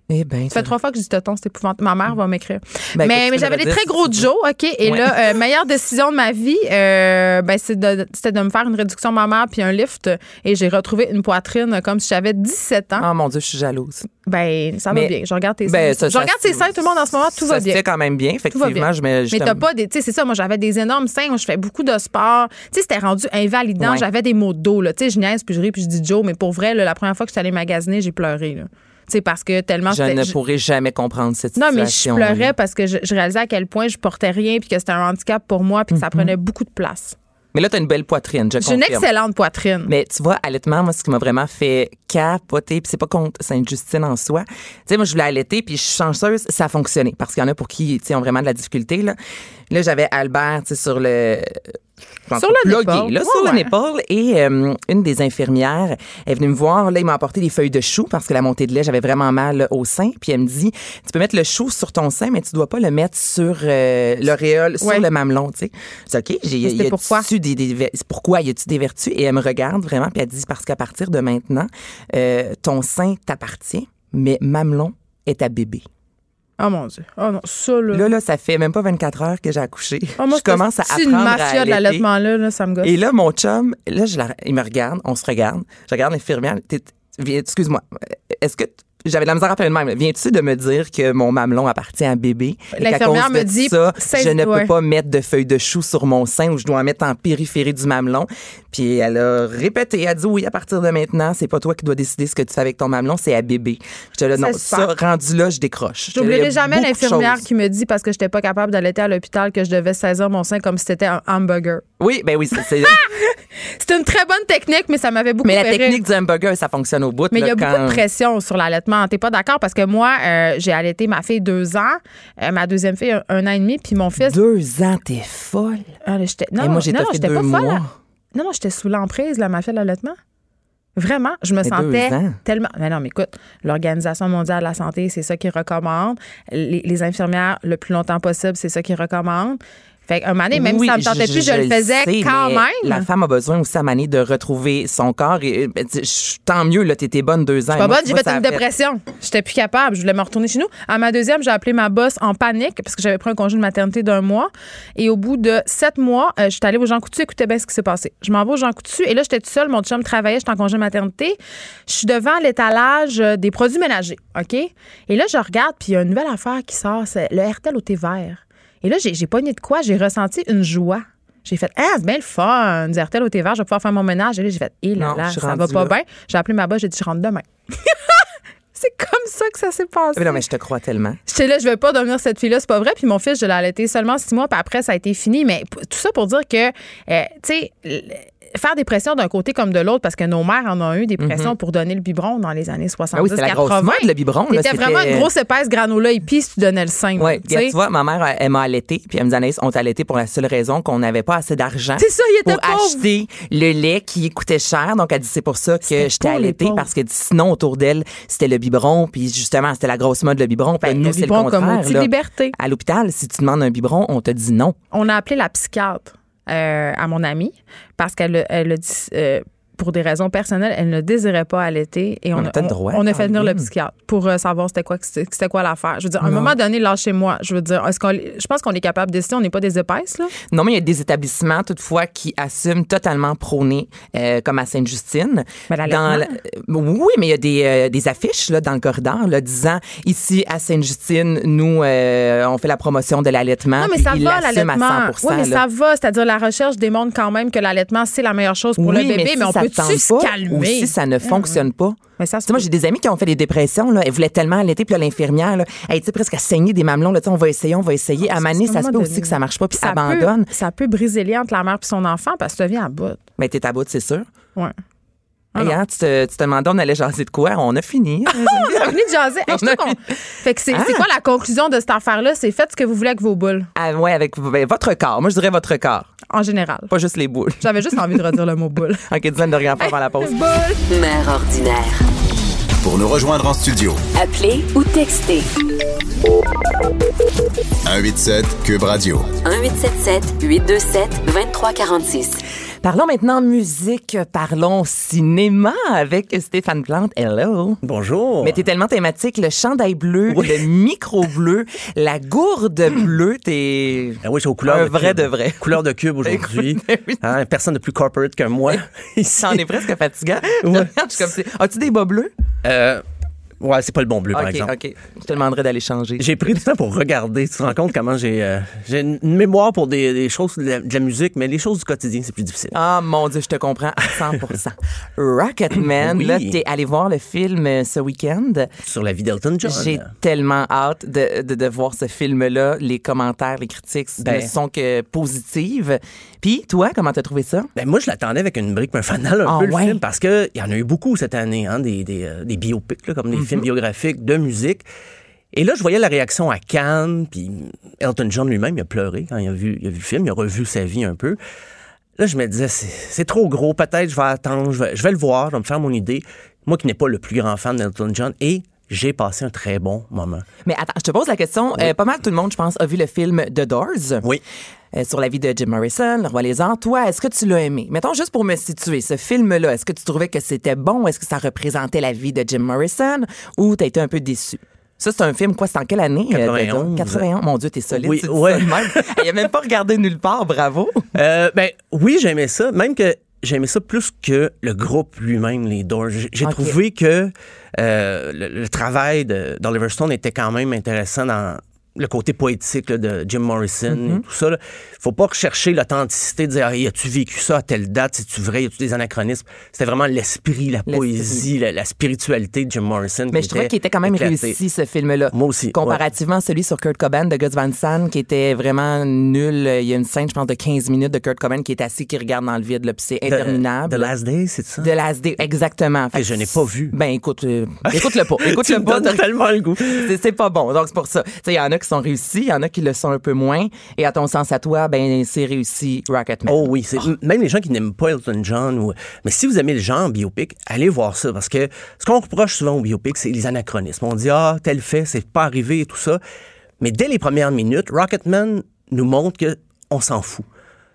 [SPEAKER 4] Eh bien,
[SPEAKER 5] Ça fait trois fois que je dis toton, c'est épouvantable. Ma mère va m'écrire.
[SPEAKER 4] Ben, écoute,
[SPEAKER 5] mais
[SPEAKER 4] tu
[SPEAKER 5] mais
[SPEAKER 4] peux
[SPEAKER 5] j'avais
[SPEAKER 4] le
[SPEAKER 5] des très
[SPEAKER 4] redire
[SPEAKER 5] gros
[SPEAKER 4] si tu veux.
[SPEAKER 5] Joe, OK? Et
[SPEAKER 4] Ouais.
[SPEAKER 5] là, euh, meilleure décision de ma vie, euh, ben, c'est de- c'était de, me faire une réduction mammaire puis un lift. Et j'ai retrouvé une poitrine comme si j'avais 17 ans.
[SPEAKER 4] Oh mon Dieu, je suis jalouse.
[SPEAKER 5] Ben, ça va
[SPEAKER 4] Mais-
[SPEAKER 5] bien. Je regarde tes
[SPEAKER 4] Ben,
[SPEAKER 5] seins.
[SPEAKER 4] ça-
[SPEAKER 5] Je
[SPEAKER 4] ça-
[SPEAKER 5] regarde tes seins, tout le monde en ce moment, tout va bien.
[SPEAKER 4] Ça se fait quand même bien.
[SPEAKER 5] Tout va bien.
[SPEAKER 4] Effectivement, je mets.
[SPEAKER 5] Mais t'as pas des. Tu sais, c'est ça, moi, j'avais des énormes seins, je fais beaucoup de sport. Tu sais, c'était rendu invalidant.
[SPEAKER 4] Ouais.
[SPEAKER 5] J'avais des maux de dos, là. Tu sais, je niaise, puis je ris, puis je dis Joe, mais pour vrai, là, la première fois que je suis allée magasiner, j'ai pleuré, là. Tu sais, parce que tellement
[SPEAKER 4] Je
[SPEAKER 5] c'était-
[SPEAKER 4] ne
[SPEAKER 5] je-
[SPEAKER 4] pourrais jamais comprendre cette
[SPEAKER 5] Ah, non, mais je
[SPEAKER 4] situation.
[SPEAKER 5] pleurais parce que je, je réalisais à quel point je portais rien, puis que c'était un handicap pour moi, puis que ça prenait beaucoup de place.
[SPEAKER 4] Mais là, t'as une belle poitrine, je
[SPEAKER 5] J'ai
[SPEAKER 4] Mhm. confirme.
[SPEAKER 5] une excellente poitrine.
[SPEAKER 4] Mais tu vois, allaitement, moi, ce qui m'a vraiment fait capoter, puis c'est pas contre Sainte-Justine en soi. Tu sais, moi, je voulais allaiter, puis je suis chanceuse, ça a fonctionné. Parce qu'il y en a pour qui, tu sais, ont vraiment de la difficulté, là. Là, j'avais Albert, tu sais, sur le.
[SPEAKER 5] Sur le
[SPEAKER 4] Blogué,
[SPEAKER 5] nipple.
[SPEAKER 4] là,
[SPEAKER 5] Ouais,
[SPEAKER 4] sur le
[SPEAKER 5] ouais.
[SPEAKER 4] nipple. Et euh, une des infirmières est venue me voir. Là, il m'a apporté des feuilles de chou parce que la montée de lait, j'avais vraiment mal là, au sein. Puis elle me dit, tu peux mettre le chou sur ton sein, mais tu dois pas le mettre sur euh, l'auréole,
[SPEAKER 5] Ouais.
[SPEAKER 4] sur le mamelon, tu sais. Je dis, OK, j'ai
[SPEAKER 5] Mais c'était
[SPEAKER 4] y a-tu
[SPEAKER 5] pourquoi?
[SPEAKER 4] des- des ver- pourquoi y a-tu des vertus Et elle me regarde vraiment, puis elle dit parce qu'à partir de maintenant, euh, ton sein t'appartient, mais mamelon est à bébé.
[SPEAKER 5] Oh mon Dieu. Oh non, ça, là.
[SPEAKER 4] Là, là, ça fait même pas 24 heures que j'ai accouché.
[SPEAKER 5] Oh, moi,
[SPEAKER 4] je commence à
[SPEAKER 5] cette petite
[SPEAKER 4] apprendre à
[SPEAKER 5] mafia de
[SPEAKER 4] allaiter.
[SPEAKER 5] l'allaitement, là, là, ça me gosse.
[SPEAKER 4] Et là, mon chum, là, je la- il me regarde, on se regarde. Je regarde l'infirmière. T'es- viens- Excuse-moi, est-ce que t- j'avais de la misère à faire le même. Viens-tu de me dire que mon mamelon appartient à bébé? et qu'à
[SPEAKER 5] L'infirmière
[SPEAKER 4] cause de
[SPEAKER 5] me dit,
[SPEAKER 4] ça,
[SPEAKER 5] c'est-
[SPEAKER 4] je ne
[SPEAKER 5] ouais.
[SPEAKER 4] peux pas mettre de feuilles de chou sur mon sein ou je dois en mettre en périphérie du mamelon. Puis elle a répété, elle a dit oui, à partir de maintenant, c'est pas toi qui dois décider ce que tu fais avec ton mamelon, c'est à bébé. Je te le non,
[SPEAKER 5] C'est
[SPEAKER 4] ça,
[SPEAKER 5] super.
[SPEAKER 4] rendu là, je décroche.
[SPEAKER 5] Je n'oublierai
[SPEAKER 4] Il y a
[SPEAKER 5] jamais
[SPEAKER 4] beaucoup de
[SPEAKER 5] l'infirmière
[SPEAKER 4] choses.
[SPEAKER 5] qui me dit parce que j'étais pas capable d'allaiter à l'hôpital que je devais saisir mon sein comme si c'était un hamburger.
[SPEAKER 4] Oui, ben oui, c'est- c'est.
[SPEAKER 5] Ah, C'est une très bonne technique, mais ça m'avait beaucoup
[SPEAKER 4] Mais la
[SPEAKER 5] fait rire.
[SPEAKER 4] technique du hamburger, ça fonctionne au bout.
[SPEAKER 5] Mais il y
[SPEAKER 4] là,
[SPEAKER 5] a beaucoup de
[SPEAKER 4] quand-
[SPEAKER 5] pression sur l'allaitement. T'es pas d'accord? Parce que moi, euh, j'ai allaité ma fille deux ans, euh, ma deuxième fille un, un an et demi, puis mon fils.
[SPEAKER 4] Deux ans, t'es folle.
[SPEAKER 5] Ah, là, j'étais- non,
[SPEAKER 4] Et moi, j'ai
[SPEAKER 5] non, non,
[SPEAKER 4] toffé
[SPEAKER 5] j'étais
[SPEAKER 4] deux
[SPEAKER 5] pas
[SPEAKER 4] mois.
[SPEAKER 5] folle. Non, non, j'étais sous l'emprise de la mafia de l'allaitement. Vraiment, je me
[SPEAKER 4] deux
[SPEAKER 5] sentais
[SPEAKER 4] ans.
[SPEAKER 5] tellement. Mais non, mais écoute, l'Organisation mondiale de la santé, c'est ça qu'ils recommandent. Les, les infirmières, le plus longtemps possible, c'est ça qu'ils recommandent. Fait qu'un moment donné, même si ça me tentait plus, je, le faisais
[SPEAKER 4] sais,
[SPEAKER 5] quand
[SPEAKER 4] mais
[SPEAKER 5] même.
[SPEAKER 4] La femme a besoin aussi à Mané de retrouver son corps. Et, euh, ben, tu- je- tant mieux, là, t'étais bonne deux ans.
[SPEAKER 5] Pas
[SPEAKER 4] Et moi,
[SPEAKER 5] bonne,
[SPEAKER 4] tu
[SPEAKER 5] j'ai
[SPEAKER 4] vois,
[SPEAKER 5] fait
[SPEAKER 4] ça
[SPEAKER 5] une
[SPEAKER 4] a
[SPEAKER 5] dépression. J'étais plus capable. Je voulais me retourner chez nous. À ma deuxième, j'ai appelé ma boss en panique parce que j'avais pris un congé de maternité d'un mois. Et au bout de sept mois, euh, j'étais allée au Jean Coutu. Écoutez bien ce qui s'est passé. Je m'en vais au Jean Coutu et là, j'étais toute seule. Mon chum travaillait. J'étais en congé de maternité. Je suis devant l'étalage euh, des produits ménagers. OK? Et là, je regarde, puis il y a une nouvelle affaire qui sort. C'est le RTL au thé vert. Et là, j'ai j'ai pogné de quoi? J'ai ressenti une joie. J'ai fait, ah, c'est bien le fun, du RTL au thé vert, je vais pouvoir faire mon ménage. Et là, j'ai fait, hé là
[SPEAKER 4] Non,
[SPEAKER 5] là,
[SPEAKER 4] je suis
[SPEAKER 5] ça va
[SPEAKER 4] rendue
[SPEAKER 5] pas
[SPEAKER 4] là.
[SPEAKER 5] bien. J'ai appelé ma boss, j'ai dit, je rentre demain. C'est comme ça que ça s'est passé.
[SPEAKER 4] Ah, Mais non, mais je te crois tellement.
[SPEAKER 5] J'étais là, je veux pas devenir cette fille-là, c'est pas vrai. Puis mon fils, je l'ai allaité seulement six mois, puis après, ça a été fini. Mais p- tout ça pour dire que, euh, tu sais, l- faire des pressions d'un côté comme de l'autre, parce que nos mères en ont eu des pressions pour donner le biberon dans les années 70.
[SPEAKER 4] Mm-hmm. Ah oui, c'était la grosse
[SPEAKER 5] 80.
[SPEAKER 4] mode, le biberon. là,
[SPEAKER 5] C'était vraiment une grosse épaisse granola épice, si tu donnais le sein.
[SPEAKER 4] Ouais,
[SPEAKER 5] tu
[SPEAKER 4] regarde,
[SPEAKER 5] sais.
[SPEAKER 4] tu vois, ma mère, elle, elle m'a allaité, puis elle me dit, Anaïs, on t'a allaité pour la seule raison qu'on n'avait pas assez d'argent.
[SPEAKER 5] C'est ça, il était
[SPEAKER 4] Pour
[SPEAKER 5] pauvre.
[SPEAKER 4] acheter le lait qui coûtait cher. Donc, elle dit, c'est pour ça que
[SPEAKER 5] C'était
[SPEAKER 4] j'étais
[SPEAKER 5] pour les
[SPEAKER 4] allaitée,
[SPEAKER 5] pauvres.
[SPEAKER 4] parce que sinon, autour d'elle, c'était le biberon, puis justement, c'était la grosse mode, le biberon. Puis
[SPEAKER 5] Ben,
[SPEAKER 4] là,
[SPEAKER 5] le
[SPEAKER 4] nous, c'est le
[SPEAKER 5] biberon comme
[SPEAKER 4] contraire.
[SPEAKER 5] outil de
[SPEAKER 4] là.
[SPEAKER 5] liberté.
[SPEAKER 4] À l'hôpital, si tu demandes un biberon, on te dit non.
[SPEAKER 5] on a appelé la psychiatre euh, à mon amie parce qu'elle a- elle a dit. euh, pour des raisons personnelles, elle ne désirait pas allaiter et on,
[SPEAKER 4] On a
[SPEAKER 5] a,
[SPEAKER 4] peut-être droit,
[SPEAKER 5] on a
[SPEAKER 4] quand
[SPEAKER 5] fait venir le
[SPEAKER 4] même.
[SPEAKER 5] psychiatre pour euh, savoir c'était quoi que c'était c'était quoi l'affaire. Je veux dire, à un moment donné, lâchez-moi. Je veux dire, est-ce qu'on, je pense qu'on est capable de décider, on n'est pas des épaisses là.
[SPEAKER 4] Non, mais il y a des établissements, toutefois, qui assument totalement prôner, euh, comme à Sainte-Justine.
[SPEAKER 5] Mais l'allaitement.
[SPEAKER 4] Dans la- Oui, mais il y a des, euh, des affiches là, dans le corridor là, disant ici à Sainte-Justine, nous, euh, on fait la promotion de l'allaitement.
[SPEAKER 5] Non,
[SPEAKER 4] Ah,
[SPEAKER 5] mais
[SPEAKER 4] puis
[SPEAKER 5] ça
[SPEAKER 4] ils
[SPEAKER 5] va
[SPEAKER 4] l'assument
[SPEAKER 5] l'allaitement.
[SPEAKER 4] à 100
[SPEAKER 5] Oui, mais
[SPEAKER 4] là.
[SPEAKER 5] ça va. C'est-à-dire la recherche démontre quand même que l'allaitement c'est la meilleure chose pour
[SPEAKER 4] Oui,
[SPEAKER 5] le bébé, mais,
[SPEAKER 4] si
[SPEAKER 5] on
[SPEAKER 4] ça
[SPEAKER 5] peut
[SPEAKER 4] te tente
[SPEAKER 5] tu se
[SPEAKER 4] pas,
[SPEAKER 5] calmer Ah.
[SPEAKER 4] Ou si ça ne fonctionne pas.
[SPEAKER 5] Mais ça
[SPEAKER 4] Tu
[SPEAKER 5] se
[SPEAKER 4] sais, moi,
[SPEAKER 5] peut.
[SPEAKER 4] j'ai des amis qui ont fait des dépressions. Là. Elles voulaient tellement allaiter. Puis là, l'infirmière, là, elle était presque à saigner des mamelons. Là, Tu sais, on va essayer, on va essayer. À maner, ça
[SPEAKER 5] À Ah, un
[SPEAKER 4] se
[SPEAKER 5] moment
[SPEAKER 4] peut
[SPEAKER 5] donné,
[SPEAKER 4] aussi que ça marche pas, puis ça
[SPEAKER 5] Ça peut-
[SPEAKER 4] abandonne.
[SPEAKER 5] ça peut briser le lien entre la mère et son enfant parce que ça vient à bout.
[SPEAKER 4] Mais t'es à bout, c'est sûr.
[SPEAKER 5] Ouais.
[SPEAKER 4] Hey, hein, tu, te, tu te demandais, on allait jaser de quoi? On a fini.
[SPEAKER 5] On a Ah! fini de jaser. Hey, je trouve qu'on- Fait que c'est c'est quoi la conclusion de cette affaire-là? C'est faites ce que vous voulez avec vos boules,
[SPEAKER 4] ah, ouais, avec ben, votre corps. Moi, je dirais votre corps,
[SPEAKER 5] en général.
[SPEAKER 4] pas juste les boules.
[SPEAKER 5] J'avais juste envie de redire le mot boule.
[SPEAKER 4] OK, dizaine de rien faire avant la pause.
[SPEAKER 5] Boule!
[SPEAKER 3] Mère ordinaire.
[SPEAKER 2] Pour nous rejoindre en studio,
[SPEAKER 3] Appelez ou textez
[SPEAKER 2] 187 Cube Radio.
[SPEAKER 3] 1877 827 2346.
[SPEAKER 4] Parlons maintenant musique, parlons cinéma avec Stéphane Plante. Hello.
[SPEAKER 1] Bonjour.
[SPEAKER 4] Mais t'es tellement thématique, le chandail bleu, le micro bleu, la gourde bleue, t'es...
[SPEAKER 1] Ah oui, je suis aux couleurs
[SPEAKER 4] Un
[SPEAKER 1] de
[SPEAKER 4] vrai
[SPEAKER 1] cube.
[SPEAKER 4] de vrai.
[SPEAKER 1] Couleur de cube aujourd'hui.
[SPEAKER 4] Écoute, oui.
[SPEAKER 1] Hein, personne de plus corporate que moi. ici.
[SPEAKER 4] T'en es presque fatigant. Je suis comme si- As-tu des bas bleus?
[SPEAKER 1] Euh, ouais, c'est pas le bon bleu, par
[SPEAKER 4] OK,
[SPEAKER 1] exemple.
[SPEAKER 4] OK. Je te demanderai d'aller changer.
[SPEAKER 1] J'ai pris du temps pour regarder. Tu te rends compte comment j'ai euh, j'ai une mémoire pour des, des choses de la, de la musique, mais les choses du quotidien, c'est plus difficile.
[SPEAKER 4] Ah, mon Dieu, je te comprends à 100 Rocketman,
[SPEAKER 1] Oui.
[SPEAKER 4] là, t'es allé voir le film euh, ce week-end.
[SPEAKER 1] Sur la vie d'Elton John.
[SPEAKER 4] J'ai tellement hâte de, de, de voir ce film-là. Les commentaires, les critiques
[SPEAKER 1] Ben.
[SPEAKER 4] ne sont que positives. Puis, toi, comment t'as trouvé ça?
[SPEAKER 1] Ben, moi, je l'attendais avec une brique, mais un fanal un
[SPEAKER 4] Ah
[SPEAKER 1] peu le
[SPEAKER 4] ouais?
[SPEAKER 1] film, parce qu'il y en a eu beaucoup cette année, hein, des, des, euh, des biopics, là, comme
[SPEAKER 4] Mm-hmm.
[SPEAKER 1] des films biographiques de musique. Et là, je voyais la réaction à Cannes, puis Elton John lui-même, il a pleuré quand il a, vu, il a vu le film, il a revu sa vie un peu. Là, je me disais, c'est c'est trop gros, peut-être je vais attendre, je vais, je vais le voir, je vais me faire mon idée. Moi qui n'ai pas le plus grand fan d'Elton John, et j'ai passé un très bon moment.
[SPEAKER 4] Mais attends, je te pose la question. Euh, pas mal tout le monde, je pense, a vu le film The Doors.
[SPEAKER 1] Oui.
[SPEAKER 4] Euh, sur la vie de Jim Morrison, Le Roi Lézard. Toi, est-ce que tu l'as aimé? Mettons juste pour me situer, ce film-là, est-ce que tu trouvais que c'était bon? Est-ce que ça représentait la vie de Jim Morrison? Ou t'as été un peu déçu? Ça, c'est un film, quoi? C'est en quelle année? euh,
[SPEAKER 1] 91.
[SPEAKER 4] Dedo? 91. Mon Dieu, t'es solide.
[SPEAKER 1] Oui,
[SPEAKER 4] tu dis
[SPEAKER 1] ouais.
[SPEAKER 4] ça de même. Il a même pas regardé nulle part, bravo.
[SPEAKER 1] Euh, ben oui, j'aimais ça. Même que j'aimais ça plus que le groupe lui-même, les Doors. J'ai j'ai
[SPEAKER 4] Ok.
[SPEAKER 1] trouvé que euh, le, le travail de- d'Oliver Stone était quand même intéressant dans le côté poétique là, de Jim Morrison
[SPEAKER 4] Mhm.
[SPEAKER 1] et tout ça. là. Faut pas rechercher l'authenticité de dire Hey, « As-tu vécu ça à telle date? C'est-tu vrai? Y a-tu des anachronismes? » C'était vraiment l'esprit, la poésie, la, la spiritualité de Jim Morrison.
[SPEAKER 4] Mais
[SPEAKER 1] qui
[SPEAKER 4] je trouvais qu'il était quand même
[SPEAKER 1] éclaté.
[SPEAKER 4] réussi, ce film-là.
[SPEAKER 1] Moi aussi,
[SPEAKER 4] Comparativement à celui sur Kurt Cobain de Gus Van Sant, qui était vraiment nul. euh, Il y a une scène, je pense, de 15 minutes de Kurt Cobain qui est assis, qui regarde dans le vide, là, puis c'est
[SPEAKER 1] The-
[SPEAKER 4] interminable.
[SPEAKER 1] The Last Day, c'est ça?
[SPEAKER 4] De Last Day, exactement. Fait
[SPEAKER 1] Que
[SPEAKER 4] que
[SPEAKER 1] je n'ai pas vu.
[SPEAKER 4] Ben écoute, euh, écoute-le pas.
[SPEAKER 1] Tu
[SPEAKER 4] Écoute-le
[SPEAKER 1] me
[SPEAKER 4] pas.
[SPEAKER 1] donnes tellement le goût.
[SPEAKER 4] C'est- C'est pas bon, donc c'est pour ça. Tu sais, il y en a qui sont réussis, il y en a qui le sont un peu moins. Et à ton sens, à toi, ben c'est réussi Rocketman.
[SPEAKER 1] Oh oui, c'est m- même les gens qui n'aiment pas Elton John ou mais si vous aimez le genre biopic, allez voir ça parce que ce qu'on reproche souvent au biopic, c'est les anachronismes. On dit ah tel fait, c'est pas arrivé et tout ça, mais dès les premières minutes, Rocketman nous montre que on s'en fout.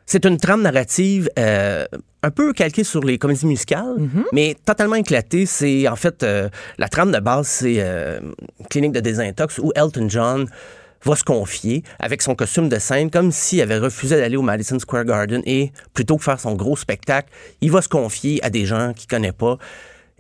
[SPEAKER 1] C'est une trame narrative euh, un peu calquée sur les comédies musicales, mais totalement éclatée. C'est en fait euh, la trame de base, c'est euh, clinique de désintox où Elton John va se confier avec son costume de scène comme s'il avait refusé d'aller au Madison Square Garden et plutôt que faire son gros spectacle, il va se confier à des gens qu'il connaît pas.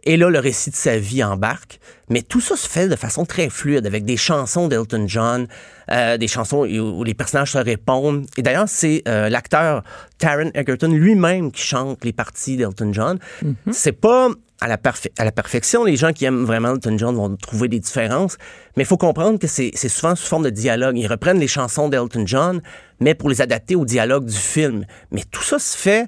[SPEAKER 1] Et là, le récit de sa vie embarque. Mais tout ça se fait de façon très fluide, avec des chansons d'Elton John, euh, des chansons où, où les personnages se répondent. Et d'ailleurs, c'est euh, l'acteur Taron Egerton lui-même qui chante les parties d'Elton John.
[SPEAKER 4] Mhm.
[SPEAKER 1] C'est pas à la, parfa- à la perfection. Les gens qui aiment vraiment Elton John vont trouver des différences. Mais il faut comprendre que c'est c'est souvent sous forme de dialogue. Ils reprennent les chansons d'Elton John, mais pour les adapter au dialogue du film. Mais tout ça se fait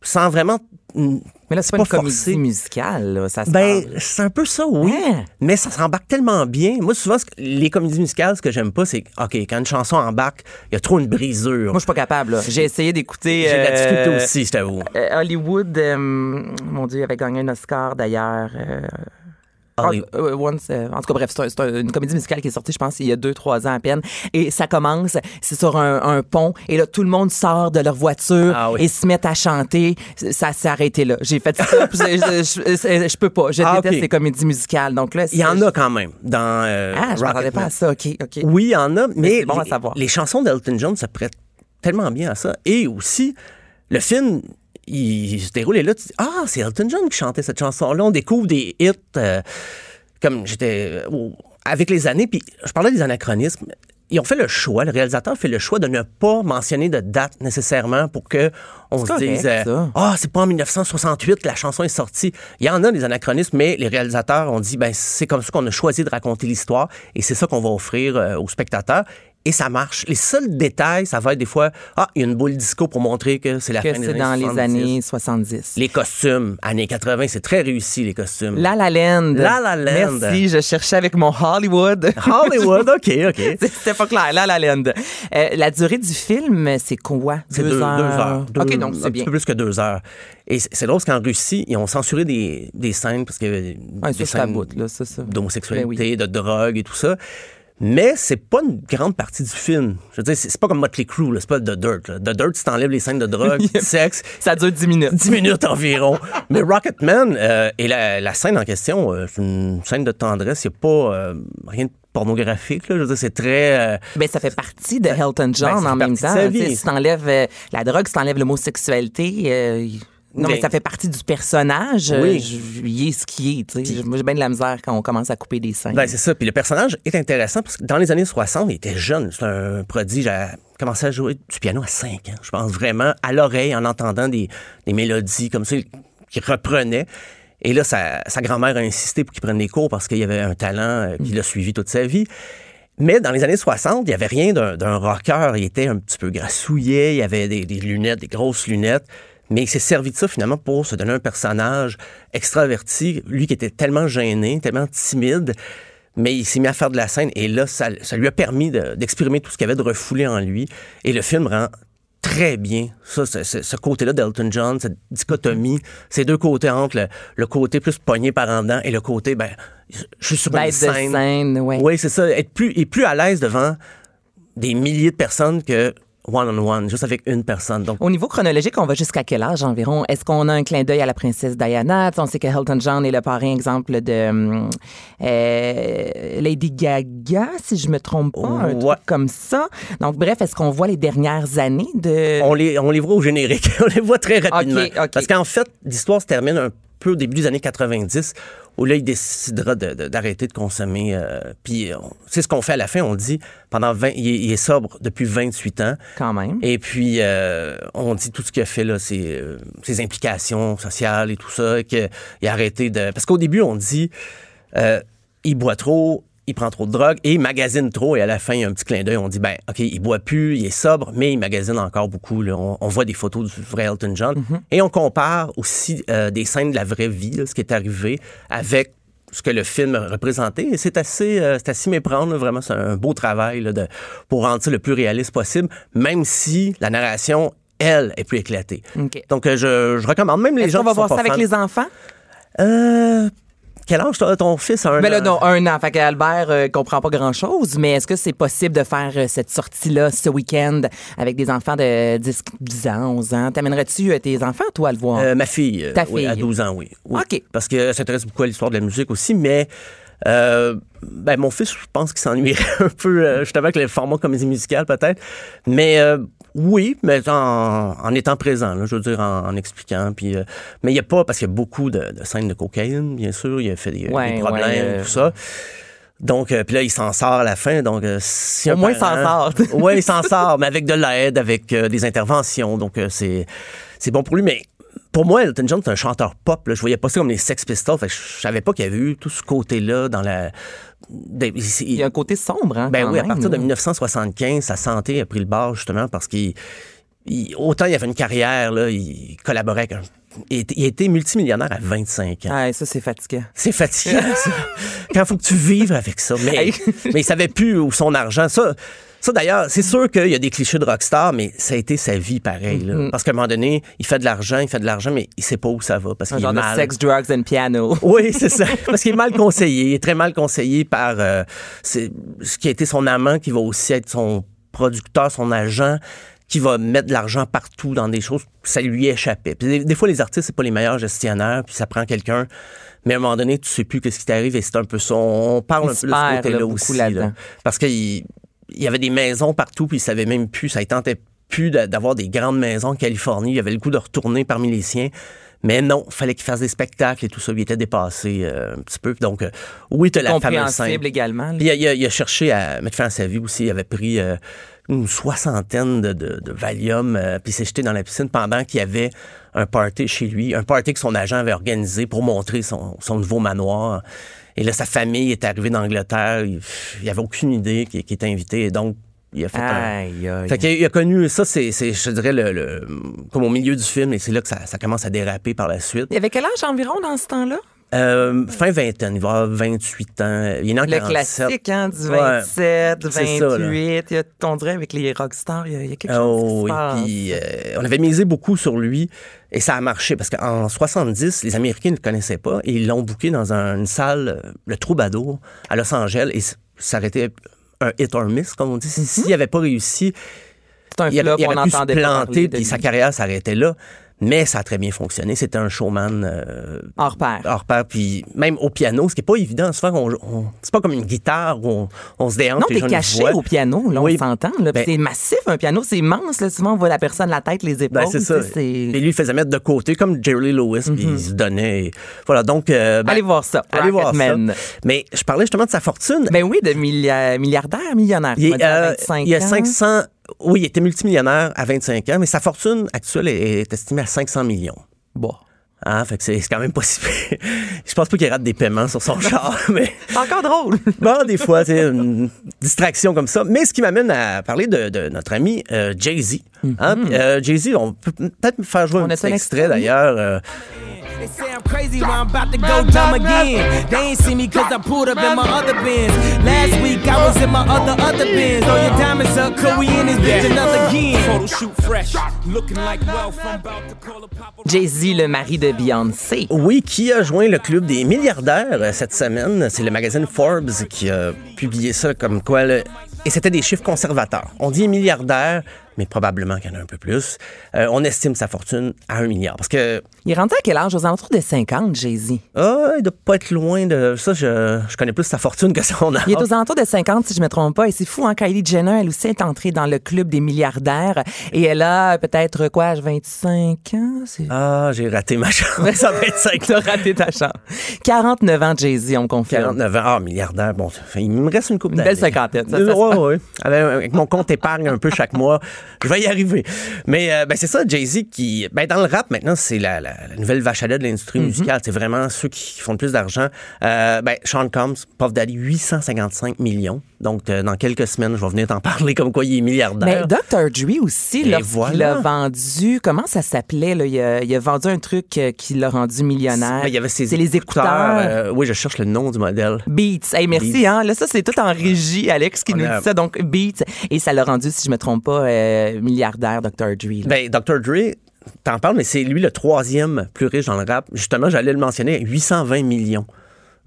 [SPEAKER 1] sans vraiment...
[SPEAKER 4] Mais là, c'est pas, une
[SPEAKER 1] pas
[SPEAKER 4] comédie
[SPEAKER 1] forcé.
[SPEAKER 4] musicale, là, ça se
[SPEAKER 1] Ben,
[SPEAKER 4] parle.
[SPEAKER 1] c'est un peu ça, oui.
[SPEAKER 4] Hein?
[SPEAKER 1] Mais ça s'embarque tellement bien. Moi, souvent, ce que- les comédies musicales, ce que j'aime pas, c'est que, OK, quand une chanson embarque, il y a trop une brisure.
[SPEAKER 4] Moi, je suis pas capable. là. J'ai essayé d'écouter.
[SPEAKER 1] J'ai de la difficulté
[SPEAKER 4] euh,
[SPEAKER 1] aussi, je t'avoue.
[SPEAKER 4] euh, Hollywood, euh, mon Dieu, avait gagné un Oscar d'ailleurs. euh,
[SPEAKER 1] Hollywood.
[SPEAKER 4] Euh, Once, euh, en tout cas, bref, c'est un- c'est un- une comédie musicale qui est sortie, je pense, il y a deux, trois ans à peine. Et ça commence, c'est sur un, un pont, et là, tout le monde sort de leur voiture
[SPEAKER 1] Ah oui.
[SPEAKER 4] et se met à chanter. Ça s'est arrêté là. J'ai fait ça, puis je, je- je- je peux pas. Je
[SPEAKER 1] Ah,
[SPEAKER 4] déteste
[SPEAKER 1] ok.
[SPEAKER 4] les comédies musicales. Donc là,
[SPEAKER 1] Il y en a quand même dans euh,
[SPEAKER 4] Ah, je m'attendais
[SPEAKER 1] Rocketman.
[SPEAKER 4] pas à ça. OK, OK.
[SPEAKER 1] Oui, il y en a, mais,
[SPEAKER 4] c'est bon à
[SPEAKER 1] les,
[SPEAKER 4] savoir.
[SPEAKER 1] les chansons d'Elton John se prêtent tellement bien à ça. Et aussi, le film, il se déroule et là, tu dis Ah, c'est Elton John qui chantait cette chanson-là. On découvre des hits euh, comme j'étais euh, au- avec les années. Puis je parlais des anachronismes. Ils ont fait le choix, le réalisateur fait le choix de ne pas mentionner de date nécessairement pour que on se
[SPEAKER 4] correct,
[SPEAKER 1] dise
[SPEAKER 4] ça.
[SPEAKER 1] ah, c'est pas en 1968 que la chanson est sortie. Il y en a des anachronismes, mais les réalisateurs ont dit ben c'est comme ça qu'on a choisi de raconter l'histoire et c'est ça qu'on va offrir euh, aux spectateurs. Et ça marche. Les seuls détails, ça va être des fois, ah, il y a une boule disco pour montrer que c'est la
[SPEAKER 4] Que
[SPEAKER 1] fin des
[SPEAKER 4] c'est dans les
[SPEAKER 1] 70.
[SPEAKER 4] années 70.
[SPEAKER 1] Les costumes, années 80, c'est très réussi, les costumes.
[SPEAKER 4] La La Land.
[SPEAKER 1] La La Land.
[SPEAKER 4] Merci, je cherchais avec mon Hollywood.
[SPEAKER 1] Hollywood, OK, OK.
[SPEAKER 4] C'était pas clair, La La Land. Euh, la durée du film, c'est quoi?
[SPEAKER 1] C'est deux, deux heures. Deux-
[SPEAKER 4] OK, donc
[SPEAKER 1] un
[SPEAKER 4] c'est bien.
[SPEAKER 1] petit peu plus que deux heures. Et c'est c'est drôle parce qu'en Russie, ils ont censuré des, des scènes parce que
[SPEAKER 4] Ouais,
[SPEAKER 1] des
[SPEAKER 4] ça, c'est à
[SPEAKER 1] scènes
[SPEAKER 4] bout, là, ça, ça.
[SPEAKER 1] d'homosexualité,
[SPEAKER 4] Ben
[SPEAKER 1] de drogue et tout ça. Mais c'est pas une grande partie du film. Je veux dire, c'est c'est pas comme Motley Crue, là, c'est pas The Dirt. là. The Dirt, tu t'enlèves les scènes de drogue, de sexe,
[SPEAKER 4] Ça dure 10 minutes.
[SPEAKER 1] 10 minutes environ. Mais Rocketman euh, et la, la scène en question, euh, c'est une scène de tendresse. Il n'y a pas euh, rien de pornographique. Là. Je veux dire, c'est très... euh,
[SPEAKER 4] Ben, ça fait partie de Elton John
[SPEAKER 1] Ben, ça fait
[SPEAKER 4] en même
[SPEAKER 1] partie de
[SPEAKER 4] temps.
[SPEAKER 1] sa
[SPEAKER 4] Tu sais,
[SPEAKER 1] vie.
[SPEAKER 4] Si t'enlèves euh, la drogue, si t'enlèves l'homosexualité, euh, y- non, mais,
[SPEAKER 1] Mais-
[SPEAKER 4] ça fait partie du personnage. euh,
[SPEAKER 1] Ben Oui.
[SPEAKER 4] je- Il est ce qu'il est. tu sais. Moi, j'ai bien de la misère quand on commence à couper des scènes.
[SPEAKER 1] Ben, c'est ça. Puis le personnage est intéressant parce que dans les années 60, il était jeune. C'est un prodige. à commencé à jouer du piano à 5 ans, je pense vraiment, à l'oreille, en entendant des, des mélodies comme ça qu'il reprenait. Et là, sa, sa grand-mère a insisté pour qu'il prenne des cours parce qu'il y avait un talent euh, qui l'a suivi toute sa vie. Mais dans les années 60, il n'y avait rien d'un d'un rocker. Il était un petit peu grassouillet, il avait des, des lunettes, des grosses lunettes. Mais il s'est servi de ça finalement pour se donner un personnage extraverti, lui qui était tellement gêné, tellement timide. Mais il s'est mis à faire de la scène et là, ça, ça lui a permis de- d'exprimer tout ce qu'il y avait de refoulé en lui. Et le film rend très bien ça, ce, ce- ce côté-là d'Elton John, cette dichotomie, ces deux côtés entre le, le côté plus poigné par en dedans et le côté, ben, je suis sur une
[SPEAKER 4] D'être de
[SPEAKER 1] scène.
[SPEAKER 4] scène, ouais.
[SPEAKER 1] Oui, c'est ça. Être plus, et plus à l'aise devant des milliers de personnes que one-on-one, juste avec une personne. Donc,
[SPEAKER 4] Au niveau chronologique, on va jusqu'à quel âge environ? Est-ce qu'on a un clin d'œil à la princesse Diana? Tu sais, on sait que Elton John est le parrain, exemple, de hum, euh, Lady Gaga, si je me trompe pas, un
[SPEAKER 1] Ouais.
[SPEAKER 4] truc comme ça. Donc, bref, est-ce qu'on voit les dernières années de...
[SPEAKER 1] on les, on les voit au générique. on les voit très rapidement.
[SPEAKER 4] Ok, ok.
[SPEAKER 1] Parce qu'en fait, l'histoire se termine un peu au début des années 90, où là, il décidera de- de- d'arrêter de, consommer. euh, puis, euh, on- c'est ce qu'on fait à la fin. On dit, pendant 20, il est, il est sobre depuis 28 ans.
[SPEAKER 4] Quand même.
[SPEAKER 1] Et puis, euh, on dit tout ce qu'il a fait, là, ses, euh, ses implications sociales et tout ça, qu'il a arrêté de... Parce qu'au début, on dit, euh, il boit trop, il prend trop de drogue et il magasine trop. Et à la fin, il y a un petit clin d'œil, on dit, ben, OK, il boit plus, il est sobre, mais il magasine encore beaucoup. là. On, on voit des photos du vrai Elton John. Et on compare aussi euh, des scènes de la vraie vie, là, ce qui est arrivé, avec ce que le film représentait. Et c'est assez, euh, c'est assez méprendre, là, vraiment. C'est un beau travail là, de, pour rendre ça le plus réaliste possible, même si la narration, elle, est plus éclatée.
[SPEAKER 4] OK.
[SPEAKER 1] Donc, euh, je, je recommande même les
[SPEAKER 4] Est-ce
[SPEAKER 1] gens
[SPEAKER 4] qu'on va
[SPEAKER 1] qui sont
[SPEAKER 4] voir
[SPEAKER 1] pas
[SPEAKER 4] ça avec
[SPEAKER 1] fans.
[SPEAKER 4] les enfants?
[SPEAKER 1] Euh, quel âge t'as- ton fils a un
[SPEAKER 4] Ben là,
[SPEAKER 1] an?
[SPEAKER 4] non, un an. Fait qu'Albert euh, comprend pas grand-chose, mais est-ce que c'est possible de faire euh, cette sortie-là ce week-end avec des enfants de 10, 10 ans, 11 ans? T'amènerais-tu euh, tes enfants, toi, à le voir?
[SPEAKER 1] Euh, ma fille. euh,
[SPEAKER 4] Ta
[SPEAKER 1] oui, à
[SPEAKER 4] fille.
[SPEAKER 1] 12 ans, oui. Oui.
[SPEAKER 4] OK.
[SPEAKER 1] Parce qu'elle s'intéresse beaucoup à l'histoire de la musique aussi, mais. euh, ben, mon fils, je pense qu'il s'ennuierait un peu, euh, justement, avec le format comédie musicale, peut-être. Mais euh, oui, mais en, en étant présent, là, je veux dire, en, en expliquant. Puis, euh, mais il n'y a pas, parce qu'il y a beaucoup de, de scènes de cocaïne, bien sûr. Il a fait des, des
[SPEAKER 4] Ouais,
[SPEAKER 1] problèmes,
[SPEAKER 4] ouais, euh,
[SPEAKER 1] tout ça. Donc, euh, puis là, il s'en sort à la fin. Donc, euh, si
[SPEAKER 4] Au
[SPEAKER 1] un
[SPEAKER 4] moins, il s'en
[SPEAKER 1] parent-
[SPEAKER 4] sort.
[SPEAKER 1] oui, il s'en sort, mais avec de l'aide, avec euh, des interventions. Donc, euh, c'est, c'est bon pour lui. Mais pour moi, Elton John, c'est un chanteur pop. Là. Je voyais pas ça comme les Sex Pistols. Fait que je savais pas qu'il y avait eu tout ce côté-là dans la. des- il-
[SPEAKER 4] Il y a un côté sombre, hein?
[SPEAKER 1] ben
[SPEAKER 4] quand
[SPEAKER 1] oui, à
[SPEAKER 4] même,
[SPEAKER 1] partir de
[SPEAKER 4] là.
[SPEAKER 1] 1975, sa santé a pris le bord justement parce qu'il il- autant il avait une carrière, là, il collaborait avec un- Il était, il était multimillionnaire à 25 ans.
[SPEAKER 4] Ah, ça, c'est fatigant.
[SPEAKER 1] C'est fatigant, ça. Quand faut que tu vives avec ça. Mais,
[SPEAKER 4] Hey.
[SPEAKER 1] mais il savait plus où son argent. Ça, ça d'ailleurs, c'est sûr qu'il y a des clichés de rockstar, mais ça a été sa vie pareil. là.
[SPEAKER 4] Mm-hmm.
[SPEAKER 1] Parce qu'à un moment donné, il fait de l'argent, il fait de l'argent, mais il sait pas où ça va. Parce
[SPEAKER 4] Un
[SPEAKER 1] qu'il est
[SPEAKER 4] genre de
[SPEAKER 1] mal.
[SPEAKER 4] sex, drugs and piano.
[SPEAKER 1] Oui, c'est ça. Parce qu'il est mal conseillé. Il est très mal conseillé par euh, c'est- ce qui a été son amant, qui va aussi être son producteur, son agent, qui va mettre de l'argent partout dans des choses. Ça lui échappait. Puis des, des fois, les artistes, c'est pas les meilleurs gestionnaires, puis ça prend quelqu'un. Mais à un moment donné, tu sais plus qu'est-ce qui t'arrive et c'est un peu ça. On parle
[SPEAKER 4] Il
[SPEAKER 1] un
[SPEAKER 4] se
[SPEAKER 1] peu de ce
[SPEAKER 4] perd,
[SPEAKER 1] côté-là
[SPEAKER 4] là, beaucoup
[SPEAKER 1] aussi.
[SPEAKER 4] là-dedans.
[SPEAKER 1] là. Parce qu'il il y avait des maisons partout, puis il savait même plus, ça ne tentait plus d'a- d'avoir des grandes maisons en Californie. Il avait le goût de retourner parmi les siens. Mais non, fallait qu'il fasse des spectacles et tout ça. Il était dépassé euh, un petit peu. Donc, euh, oui, tu la fameuse scène.
[SPEAKER 4] Compréhensible également. là.
[SPEAKER 1] Puis il a, il a- il a cherché à mettre fin à sa vie aussi. Il avait pris euh, une soixantaine de, de- de Valium, euh, puis il s'est jeté dans la piscine pendant qu'il y avait un party chez lui, un party que son agent avait organisé pour montrer son, son nouveau manoir. Et là, sa famille est arrivée d'Angleterre. Il il avait aucune idée qu'il qu'il était invité. Et donc, il a fait un-
[SPEAKER 4] Aïe, aïe.
[SPEAKER 1] fait qu'il a- il a connu ça, c'est, c'est, je dirais, le, le- comme au milieu du film, et c'est là que ça, ça commence à déraper par la suite.
[SPEAKER 4] Il avait quel âge environ dans ce temps-là?
[SPEAKER 1] Euh, fin vingtaine, il va avoir 28 ans. Il est né en
[SPEAKER 4] Le
[SPEAKER 1] 47.
[SPEAKER 4] classique, hein, du
[SPEAKER 1] Ouais.
[SPEAKER 4] 27,
[SPEAKER 1] C'est ça, là.
[SPEAKER 4] 28. il y a- on dirait avec les rockstars, il y a, il y a quelque
[SPEAKER 1] Oh,
[SPEAKER 4] chose qui se
[SPEAKER 1] et
[SPEAKER 4] passe.
[SPEAKER 1] puis, euh, on avait misé beaucoup sur lui et ça a marché parce qu'en 70, les Américains ne le connaissaient pas et ils l'ont booké dans un- une salle, euh, le Troubadour, à Los Angeles et s- ça aurait été un hit or miss, comme on dit. Si-
[SPEAKER 4] Mhm.
[SPEAKER 1] S'il n'avait pas réussi,
[SPEAKER 4] C'est un
[SPEAKER 1] il
[SPEAKER 4] flop,
[SPEAKER 1] avait, il
[SPEAKER 4] on
[SPEAKER 1] avait pu se
[SPEAKER 4] entendait pas
[SPEAKER 1] planter
[SPEAKER 4] parler de
[SPEAKER 1] puis
[SPEAKER 4] lui.
[SPEAKER 1] sa carrière s'arrêtait là. Mais ça a très bien fonctionné. C'était un showman euh,
[SPEAKER 4] Hors pair.
[SPEAKER 1] hors pair. Puis même au piano, ce qui n'est pas évident. Souvent, on, on- c'est pas comme une guitare où on, on se déhante.
[SPEAKER 4] Non,
[SPEAKER 1] les
[SPEAKER 4] t'es
[SPEAKER 1] gens nous
[SPEAKER 4] caché
[SPEAKER 1] voient.
[SPEAKER 4] au piano, là,
[SPEAKER 1] Oui.
[SPEAKER 4] on s'entend. là. Puis
[SPEAKER 1] Ben-
[SPEAKER 4] c'est massif, un piano, c'est immense. Là, souvent, on voit la personne, la tête, les épaules.
[SPEAKER 1] Ben, c'est ça.
[SPEAKER 4] Oh, tu sais, c'est- Mhm.
[SPEAKER 1] Et lui, il faisait mettre de côté, comme Jerry Lewis, puis il se donnait. Voilà, donc. euh, ben,
[SPEAKER 4] Allez voir ça,
[SPEAKER 1] Allez voir ça.
[SPEAKER 4] Rocketman.
[SPEAKER 1] Mais je parlais justement de sa fortune.
[SPEAKER 4] Ben oui, de millia- milliardaire, millionnaire.
[SPEAKER 1] il,
[SPEAKER 4] tu m'as
[SPEAKER 1] est,
[SPEAKER 4] dit, à
[SPEAKER 1] euh,
[SPEAKER 4] 25
[SPEAKER 1] il y a
[SPEAKER 4] ans.
[SPEAKER 1] 500. Oui, il était multimillionnaire à 25 ans, mais sa fortune actuelle est, est estimée à 500 millions.
[SPEAKER 4] Bon.
[SPEAKER 1] Ah, fait que c'est c'est quand même pas si pire. Je pense pas qu'il rate des paiements sur son char, mais.
[SPEAKER 4] C'est encore drôle.
[SPEAKER 1] Bon, des fois, c'est une distraction comme ça. Mais ce qui m'amène à parler de, de notre ami euh, Jay-Z. Hein? Puis, euh, Jay-Z, on peut peut-être faire jouer
[SPEAKER 4] Mhm. On
[SPEAKER 1] un
[SPEAKER 4] a
[SPEAKER 1] petit
[SPEAKER 4] un
[SPEAKER 1] extrait
[SPEAKER 4] extrait?
[SPEAKER 1] d'ailleurs. euh,
[SPEAKER 6] They say I'm crazy, but I'm about to go dumb again. They ain't see me cause I pulled up in my other bins. Last week I was in my other other bins. Oh, your diamonds up, could we in this bitch another again? Photo shoot fresh, looking like wealth. I'm about to call a pop.
[SPEAKER 4] Jay-Z, le mari de Beyoncé.
[SPEAKER 1] Oui, qui a joint le club des milliardaires euh, cette semaine. C'est le magazine Forbes qui a publié ça comme quoi. là- Et c'était des chiffres conservateurs. On dit milliardaire, mais probablement qu'il y en a un peu plus. Euh, on estime sa fortune à un milliard. Parce que,
[SPEAKER 4] Il est rendu à quel âge? Aux alentours de 50, Jay-Z.
[SPEAKER 1] ah, il doit pas être loin de ça. Je, je connais plus sa fortune que son âge.
[SPEAKER 4] Il est
[SPEAKER 6] Ah.
[SPEAKER 4] aux alentours de 50, si je me trompe pas. Et c'est fou, hein? Kylie Jenner, elle aussi, est entrée dans le club des milliardaires. Et elle a peut-être, quoi, 25 ans? C'est...
[SPEAKER 1] Ah, j'ai raté ma chance à 25
[SPEAKER 4] T'as raté ta chance. 49 ans, Jay-Z, on me confirme.
[SPEAKER 1] 49 ans, ah, milliardaire, bon, ça fait- il me reste une coupe
[SPEAKER 4] Une
[SPEAKER 1] d'années.
[SPEAKER 4] belle cinquantaine, ça, ça se
[SPEAKER 1] Ouais,
[SPEAKER 4] passe.
[SPEAKER 1] ouais. Avec, avec mon compte épargne un peu chaque mois, je vais y arriver. Mais euh, ben, c'est ça, Jay-Z qui... Ben, dans le rap, maintenant, c'est la, la- la nouvelle vache à lait de l'industrie
[SPEAKER 4] Mm-hmm.
[SPEAKER 1] musicale. C'est vraiment ceux qui font le plus d'argent. Euh, ben, Sean Combs, Puff Daddy, 855 millions. Donc, euh, dans quelques semaines, je vais venir t'en parler comme quoi il est
[SPEAKER 4] Mais
[SPEAKER 1] milliardaire.
[SPEAKER 4] Dr. Dre aussi,
[SPEAKER 1] Et
[SPEAKER 4] lorsqu'il
[SPEAKER 1] voilà.
[SPEAKER 4] a vendu, comment ça s'appelait? Là? Il, a, il a vendu un truc euh, qui l'a rendu millionnaire.
[SPEAKER 1] Ben, il y avait ses
[SPEAKER 4] C'est les écouteurs.
[SPEAKER 1] euh, oui, je cherche le nom du modèle.
[SPEAKER 4] Beats. Hey, merci.
[SPEAKER 1] Beats.
[SPEAKER 4] Hein? Là, ça, c'est tout en régie, Alex, qui
[SPEAKER 1] On
[SPEAKER 4] nous
[SPEAKER 1] a-
[SPEAKER 4] dit ça. Donc, Beats. Et ça l'a rendu, si je me trompe pas, euh, milliardaire, Dr. Dre. là.
[SPEAKER 1] Ben, Dr. Dre, t'en parles, mais c'est lui le troisième plus riche dans le rap. Justement, j'allais le mentionner, 820 millions.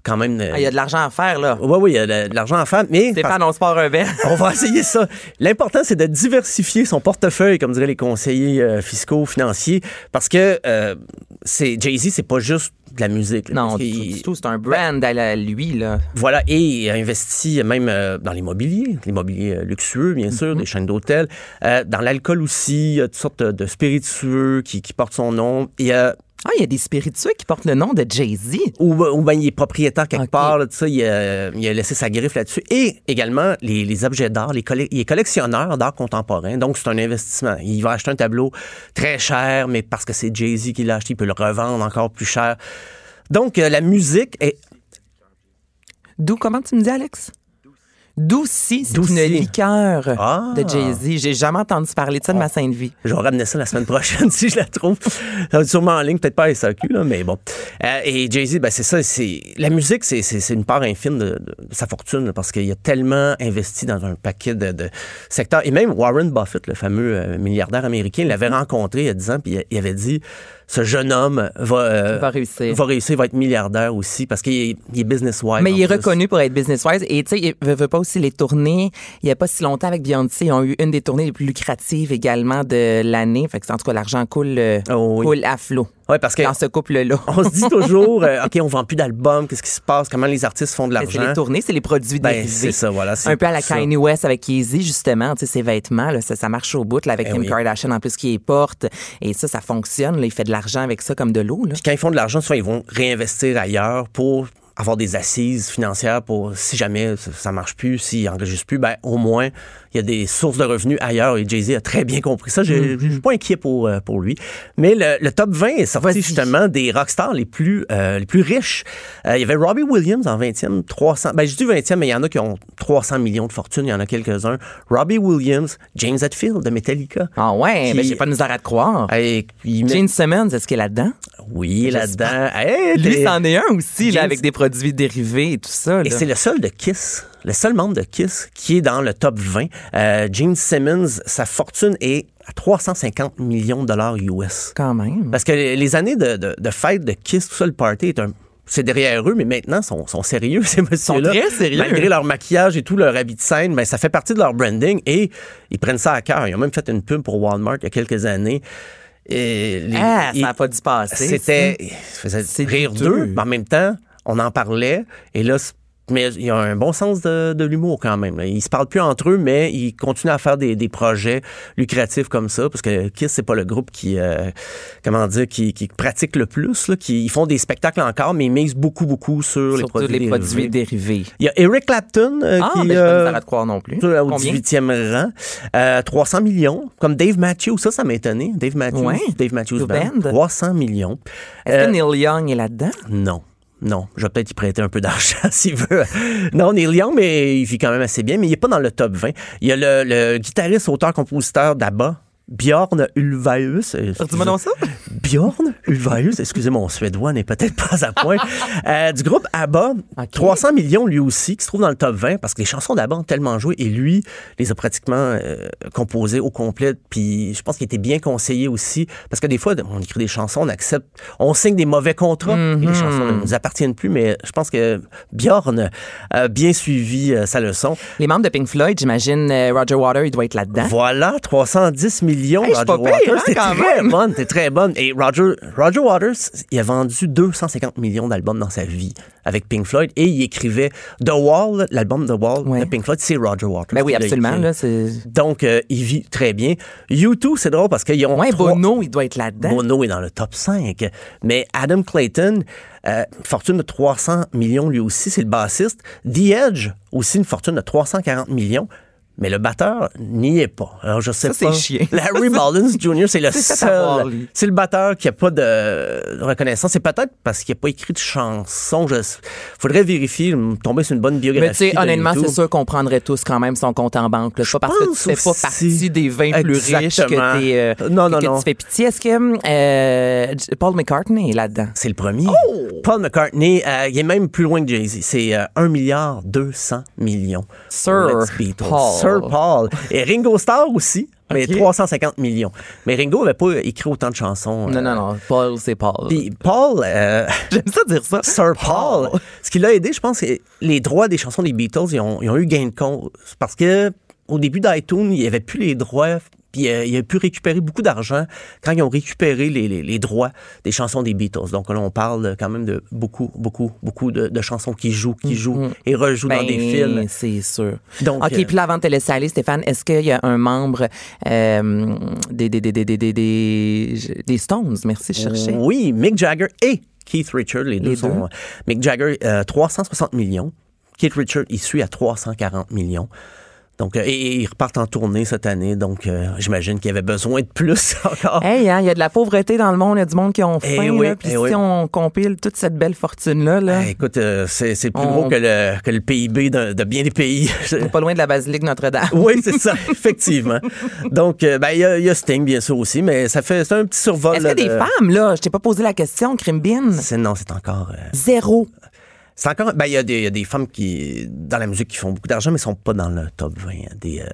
[SPEAKER 1] Quand même. euh,
[SPEAKER 4] Ah, il y a de l'argent à faire, là.
[SPEAKER 1] Ouais, oui, il y a de, de l'argent à faire, mais. parce-
[SPEAKER 4] Stéphane, on se part un verre.
[SPEAKER 1] on va essayer ça. L'important, c'est de diversifier son portefeuille, comme diraient les conseillers euh, fiscaux, financiers, parce que euh, c'est Jay-Z, c'est pas juste de la musique. là,
[SPEAKER 4] Non,
[SPEAKER 1] parce
[SPEAKER 4] du tout,
[SPEAKER 1] qu'il-
[SPEAKER 4] du tout. C'est un brand à la- lui, là.
[SPEAKER 1] voilà, et il a investi même euh, dans l'immobilier, l'immobilier euh, luxueux, bien sûr,
[SPEAKER 4] Mm-hmm.
[SPEAKER 1] des chaînes d'hôtels, euh, dans l'alcool aussi, il y a toutes sortes de spiritueux qui, qui portent son nom. Il y a
[SPEAKER 4] Ah, il y a des spiritueux qui portent le nom de Jay-Z.
[SPEAKER 1] ou, ou ben, il est propriétaire quelque
[SPEAKER 4] Ok.
[SPEAKER 1] part, là, tout ça, il, a, il a laissé sa griffe là-dessus. Et également, les, les objets d'art, les colle- il est collectionneur d'art contemporain, donc c'est un investissement. Il va acheter un tableau très cher, mais parce que c'est Jay-Z qui l'a acheté, il peut le revendre encore plus cher. Donc, euh, la musique est...
[SPEAKER 4] D'où, comment tu me dis, Alex? Doucy, c'est
[SPEAKER 1] Doucy.
[SPEAKER 4] une liqueur
[SPEAKER 1] Ah. Oh.
[SPEAKER 4] de Jay-Z. J'ai jamais entendu parler de ça de ma sainte vie.
[SPEAKER 1] Je vais ramener ça la semaine prochaine si je la trouve. Ça va être sûrement en ligne, peut-être pas à SAQ, là, mais bon. Euh, et Jay-Z, ben, c'est ça. c'est La musique, c'est- c'est c'est une part infime de, de sa fortune là, parce qu'il a tellement investi dans un paquet de, de secteurs. Et même Warren Buffett, le fameux euh, milliardaire américain, l'avait rencontré il y a 10 ans, puis il- il avait dit ce jeune homme va, euh,
[SPEAKER 4] Va réussir.
[SPEAKER 1] va réussir, va être milliardaire aussi parce qu'il est, il est business-wise.
[SPEAKER 4] Mais
[SPEAKER 1] en
[SPEAKER 4] il est
[SPEAKER 1] plus.
[SPEAKER 4] reconnu pour être business-wise. Et tu sais, il veut, veut pas aussi les tournées. Il n'y a pas si longtemps avec Beyoncé. Ils ont eu une des tournées les plus lucratives également de l'année. Fait que, en tout cas, l'argent coule, euh,
[SPEAKER 1] Oh oui.
[SPEAKER 4] coule à flot
[SPEAKER 1] Ouais, parce que Oh,
[SPEAKER 4] dans ce couple-là.
[SPEAKER 1] on se dit toujours, euh, OK, on vend plus d'albums, qu'est-ce qui se passe, comment les artistes font de
[SPEAKER 4] Mais C'est
[SPEAKER 1] l'argent.
[SPEAKER 4] les tournées, c'est les produits
[SPEAKER 1] Ben,
[SPEAKER 4] dérivés.
[SPEAKER 1] c'est ça, voilà, c'est
[SPEAKER 4] Un peu à la
[SPEAKER 1] ça.
[SPEAKER 4] Kanye West avec Yeezy, justement, tu sais, ses vêtements, là, ça, ça marche au bout, là, avec
[SPEAKER 1] Eh
[SPEAKER 4] Kim
[SPEAKER 1] oui.
[SPEAKER 4] Kardashian en plus qui les porte. Et ça, ça fonctionne, là. Il fait de l'argent avec ça comme de l'eau, là.
[SPEAKER 1] Puis quand ils font de l'argent, souvent, ils vont réinvestir ailleurs pour avoir des assises financières pour si jamais ça- ça marche plus, s'ils enregistrent plus, ben au moins il y a des sources de revenus ailleurs et Jay-Z a très bien compris ça. J'ai-
[SPEAKER 4] Mm-hmm.
[SPEAKER 1] Je suis pas inquiet pour, euh, pour lui. Mais le, le top 20 est sorti
[SPEAKER 4] Vas-y.
[SPEAKER 1] justement des rockstars les plus, euh, les plus riches. Euh, il y avait Robbie Williams en 20e, 300, ben je dis 20e, mais il y en a qui ont 300 millions de fortune, il y en a quelques-uns. Robbie Williams, James Hetfield de Metallica.
[SPEAKER 4] Ah ouais,
[SPEAKER 1] Qui-
[SPEAKER 4] ben, j'ai pas de misère à te croire.
[SPEAKER 1] Et il met-
[SPEAKER 4] Jane Simmons, est-ce qu'elle est là-dedans?
[SPEAKER 1] Oui, là-dedans. Hey,
[SPEAKER 4] Lui,
[SPEAKER 1] t'es-
[SPEAKER 4] c'en est un aussi, là,
[SPEAKER 1] James-
[SPEAKER 4] avec des produits dérivés et tout ça.
[SPEAKER 1] Et
[SPEAKER 4] là.
[SPEAKER 1] c'est le seul de Kiss, le seul membre de Kiss qui est dans le top 20. Euh, Gene Simmons, sa fortune est à 350 millions de dollars US.
[SPEAKER 4] Quand même.
[SPEAKER 1] Parce que les années de, de, de fête de Kiss, tout ça, le party est un. C'est derrière eux, mais maintenant, sont, sont sérieux, ces messieurs
[SPEAKER 4] très sérieux.
[SPEAKER 1] Malgré leur maquillage et tout, leur habit de scène, ben, ça fait partie de leur branding et ils prennent ça à cœur. Ils ont même fait une pub pour Walmart il y a quelques années. Et les-
[SPEAKER 4] Ah,
[SPEAKER 1] ils-
[SPEAKER 4] ça n'a pas dû passer.
[SPEAKER 1] c'était ça faisait
[SPEAKER 4] C'est
[SPEAKER 1] rire
[SPEAKER 4] douteux.
[SPEAKER 1] d'eux, mais en même temps, on en parlait et là c'est- mais il y a un bon sens de, de l'humour quand même. là. Ils se parlent plus entre eux, mais ils continuent à faire des, des projets lucratifs comme ça, parce que Kiss c'est pas le groupe qui euh, comment dire qui, qui pratique le plus. Là, qui, ils font des spectacles encore, mais ils misent beaucoup beaucoup sur les
[SPEAKER 4] Surtout
[SPEAKER 1] produits.
[SPEAKER 4] les
[SPEAKER 1] dérivés.
[SPEAKER 4] produits dérivés.
[SPEAKER 1] Il y a Eric Clapton euh,
[SPEAKER 4] Ah,
[SPEAKER 1] qui
[SPEAKER 4] ben, j'ai pas de
[SPEAKER 1] euh,
[SPEAKER 4] misère à te croire non plus.
[SPEAKER 1] sur- au
[SPEAKER 4] Combien?
[SPEAKER 1] 18e rang. Euh, 300 millions. Comme Dave Matthews, ça, ça m'a étonné. Dave Matthews.
[SPEAKER 4] Ouais.
[SPEAKER 1] Dave Matthews
[SPEAKER 4] Le
[SPEAKER 1] Band.
[SPEAKER 4] band.
[SPEAKER 1] 300 millions.
[SPEAKER 4] Est-ce
[SPEAKER 1] Euh,
[SPEAKER 4] que Neil Young est là-dedans?
[SPEAKER 1] non. Non, je vais peut-être y prêter un peu d'argent s'il veut. Non, Neil Young, mais il vit quand même assez bien, mais il n'est pas dans le top 20. Il y a le, le guitariste, auteur, compositeur d'ABBA, Bjorn Ulvaeus. euh,
[SPEAKER 4] Dis-moi donc ça.
[SPEAKER 1] Bjorn Ulvaeus, excusez mon suédois n'est peut-être pas à point, euh, du groupe ABBA,
[SPEAKER 4] Ok.
[SPEAKER 1] 300 millions lui aussi, qui se trouve dans le top 20 parce que les chansons d'ABBA ont tellement joué et lui les a pratiquement euh, composées au complet. Puis je pense qu'il était bien conseillé aussi parce que des fois, on écrit des chansons, on accepte, on signe des mauvais contrats et
[SPEAKER 4] Mhm.
[SPEAKER 1] les chansons ne nous appartiennent plus, mais je pense que Bjorn a bien suivi euh, sa leçon.
[SPEAKER 4] Les membres de Pink Floyd, j'imagine euh, Roger Water, il doit être là-dedans.
[SPEAKER 1] Voilà, 310
[SPEAKER 4] Hein?
[SPEAKER 1] millions.
[SPEAKER 4] Hey, je suis pas
[SPEAKER 1] Roger
[SPEAKER 4] pire, hein,
[SPEAKER 1] Waters, t'es
[SPEAKER 4] quand
[SPEAKER 1] très
[SPEAKER 4] même.
[SPEAKER 1] bonne, t'es très bonne. Et Roger, Roger Waters, il a vendu 250 millions d'albums dans sa vie avec Pink Floyd et il écrivait The Wall, l'album The Wall
[SPEAKER 4] Ouais.
[SPEAKER 1] de Pink Floyd, c'est Roger Waters.
[SPEAKER 4] Ben oui,
[SPEAKER 1] qui l'a
[SPEAKER 4] absolument.
[SPEAKER 1] écrit.
[SPEAKER 4] Là, c'est...
[SPEAKER 1] Donc, euh, il vit très bien. U2, c'est drôle parce qu'ils ont
[SPEAKER 4] Ouais,
[SPEAKER 1] trois-
[SPEAKER 4] Bono, il doit être là-dedans.
[SPEAKER 1] Bono est dans le top 5. Mais Adam Clayton, euh, fortune de 300 millions lui aussi, c'est le bassiste. The Edge, aussi une fortune de 340 millions. Mais le batteur n'y est pas. Alors, je sais
[SPEAKER 4] Ça, c'est
[SPEAKER 1] pas.
[SPEAKER 4] chiant.
[SPEAKER 1] Larry Mullins Jr., c'est le
[SPEAKER 4] C'est fait avoir,
[SPEAKER 1] seul.
[SPEAKER 4] lui.
[SPEAKER 1] C'est le batteur qui a pas de reconnaissance. C'est peut-être parce qu'il n'a pas écrit de chanson. Je... Faudrait vérifier, me tomber sur une bonne biographie.
[SPEAKER 4] Mais tu sais,
[SPEAKER 1] de
[SPEAKER 4] honnêtement,
[SPEAKER 1] YouTube.
[SPEAKER 4] c'est sûr qu'on prendrait tous quand même son compte en banque. là. C'est pas parce que tu
[SPEAKER 1] pense
[SPEAKER 4] fais pas
[SPEAKER 1] aussi.
[SPEAKER 4] partie des 20 plus riches que,
[SPEAKER 1] Exactement.
[SPEAKER 4] t'es, euh,
[SPEAKER 1] Non, non,
[SPEAKER 4] que
[SPEAKER 1] non.
[SPEAKER 4] tu fais pitié. Est-ce que euh, J- Paul McCartney est là-dedans?
[SPEAKER 1] C'est le premier.
[SPEAKER 4] Oh!
[SPEAKER 1] Paul McCartney, euh, il est même plus loin que Jay-Z. C'est euh, 1 milliard 200 millions.
[SPEAKER 4] Sir
[SPEAKER 1] pour l'ex- Beatles.
[SPEAKER 4] Paul.
[SPEAKER 1] Sir Paul. Et Ringo Starr aussi, mais
[SPEAKER 4] Ok.
[SPEAKER 1] 350 millions. Mais Ringo n'avait pas écrit autant de chansons. euh.
[SPEAKER 4] Non, non, non. Paul, c'est Paul.
[SPEAKER 1] Puis Paul, euh,
[SPEAKER 4] J'aime ça dire ça.
[SPEAKER 1] Sir Paul, ce qui l'a aidé, je pense, c'est les droits des chansons des Beatles, ils ont, ils ont eu gain de cause. Parce que au début d'iTunes, il n'y avait plus les droits, puis euh, il a pu récupérer beaucoup d'argent quand ils ont récupéré les, les- les droits des chansons des Beatles. Donc là, on parle quand même de beaucoup, beaucoup, beaucoup de, de chansons qui jouent,
[SPEAKER 4] Mm,
[SPEAKER 1] qui jouent et rejouent
[SPEAKER 4] Ben,
[SPEAKER 1] dans des films.
[SPEAKER 4] C'est sûr.
[SPEAKER 1] Donc,
[SPEAKER 4] OK,
[SPEAKER 1] euh,
[SPEAKER 4] puis là, avant de te laisser aller, Stéphane, est-ce qu'il y a un membre euh, des, des, des, des, des, des, des- des Stones? Merci, je cherchais.
[SPEAKER 1] Euh, Oui, Mick Jagger et Keith Richard, les deux, sont. Mick Jagger, euh, 360 millions. Keith Richard, il suit à 340 millions. Donc, euh, et, et ils repartent en tournée cette année. Donc, euh, j'imagine qu'il y avait besoin de plus encore.
[SPEAKER 4] Hey, hein, il y a de la pauvreté dans le monde, il y a du monde qui ont
[SPEAKER 1] Eh
[SPEAKER 4] faim.
[SPEAKER 1] oui,
[SPEAKER 4] là, puis
[SPEAKER 1] eh
[SPEAKER 4] si
[SPEAKER 1] oui.
[SPEAKER 4] on compile toute cette belle fortune-là, là,
[SPEAKER 1] Ah, écoute, euh, c'est c'est plus
[SPEAKER 4] On-
[SPEAKER 1] gros que le, que le PIB de, de bien des pays.
[SPEAKER 4] on est pas loin de la basilique Notre-Dame.
[SPEAKER 1] oui, c'est ça, effectivement. Donc, euh, ben, il y, a- il y a Sting, bien sûr, aussi, mais ça fait c'est un petit survol.
[SPEAKER 4] Est-ce
[SPEAKER 1] là,
[SPEAKER 4] que des
[SPEAKER 1] de-
[SPEAKER 4] femmes, là, je t'ai pas posé la question, Crimbin?
[SPEAKER 1] C'est- Non, c'est encore. euh,
[SPEAKER 4] Zéro.
[SPEAKER 1] C'est encore. Ben, il y, a des- il y a des femmes qui, dans la musique qui font beaucoup d'argent, mais ne sont pas dans le top 20. hein, Des, euh,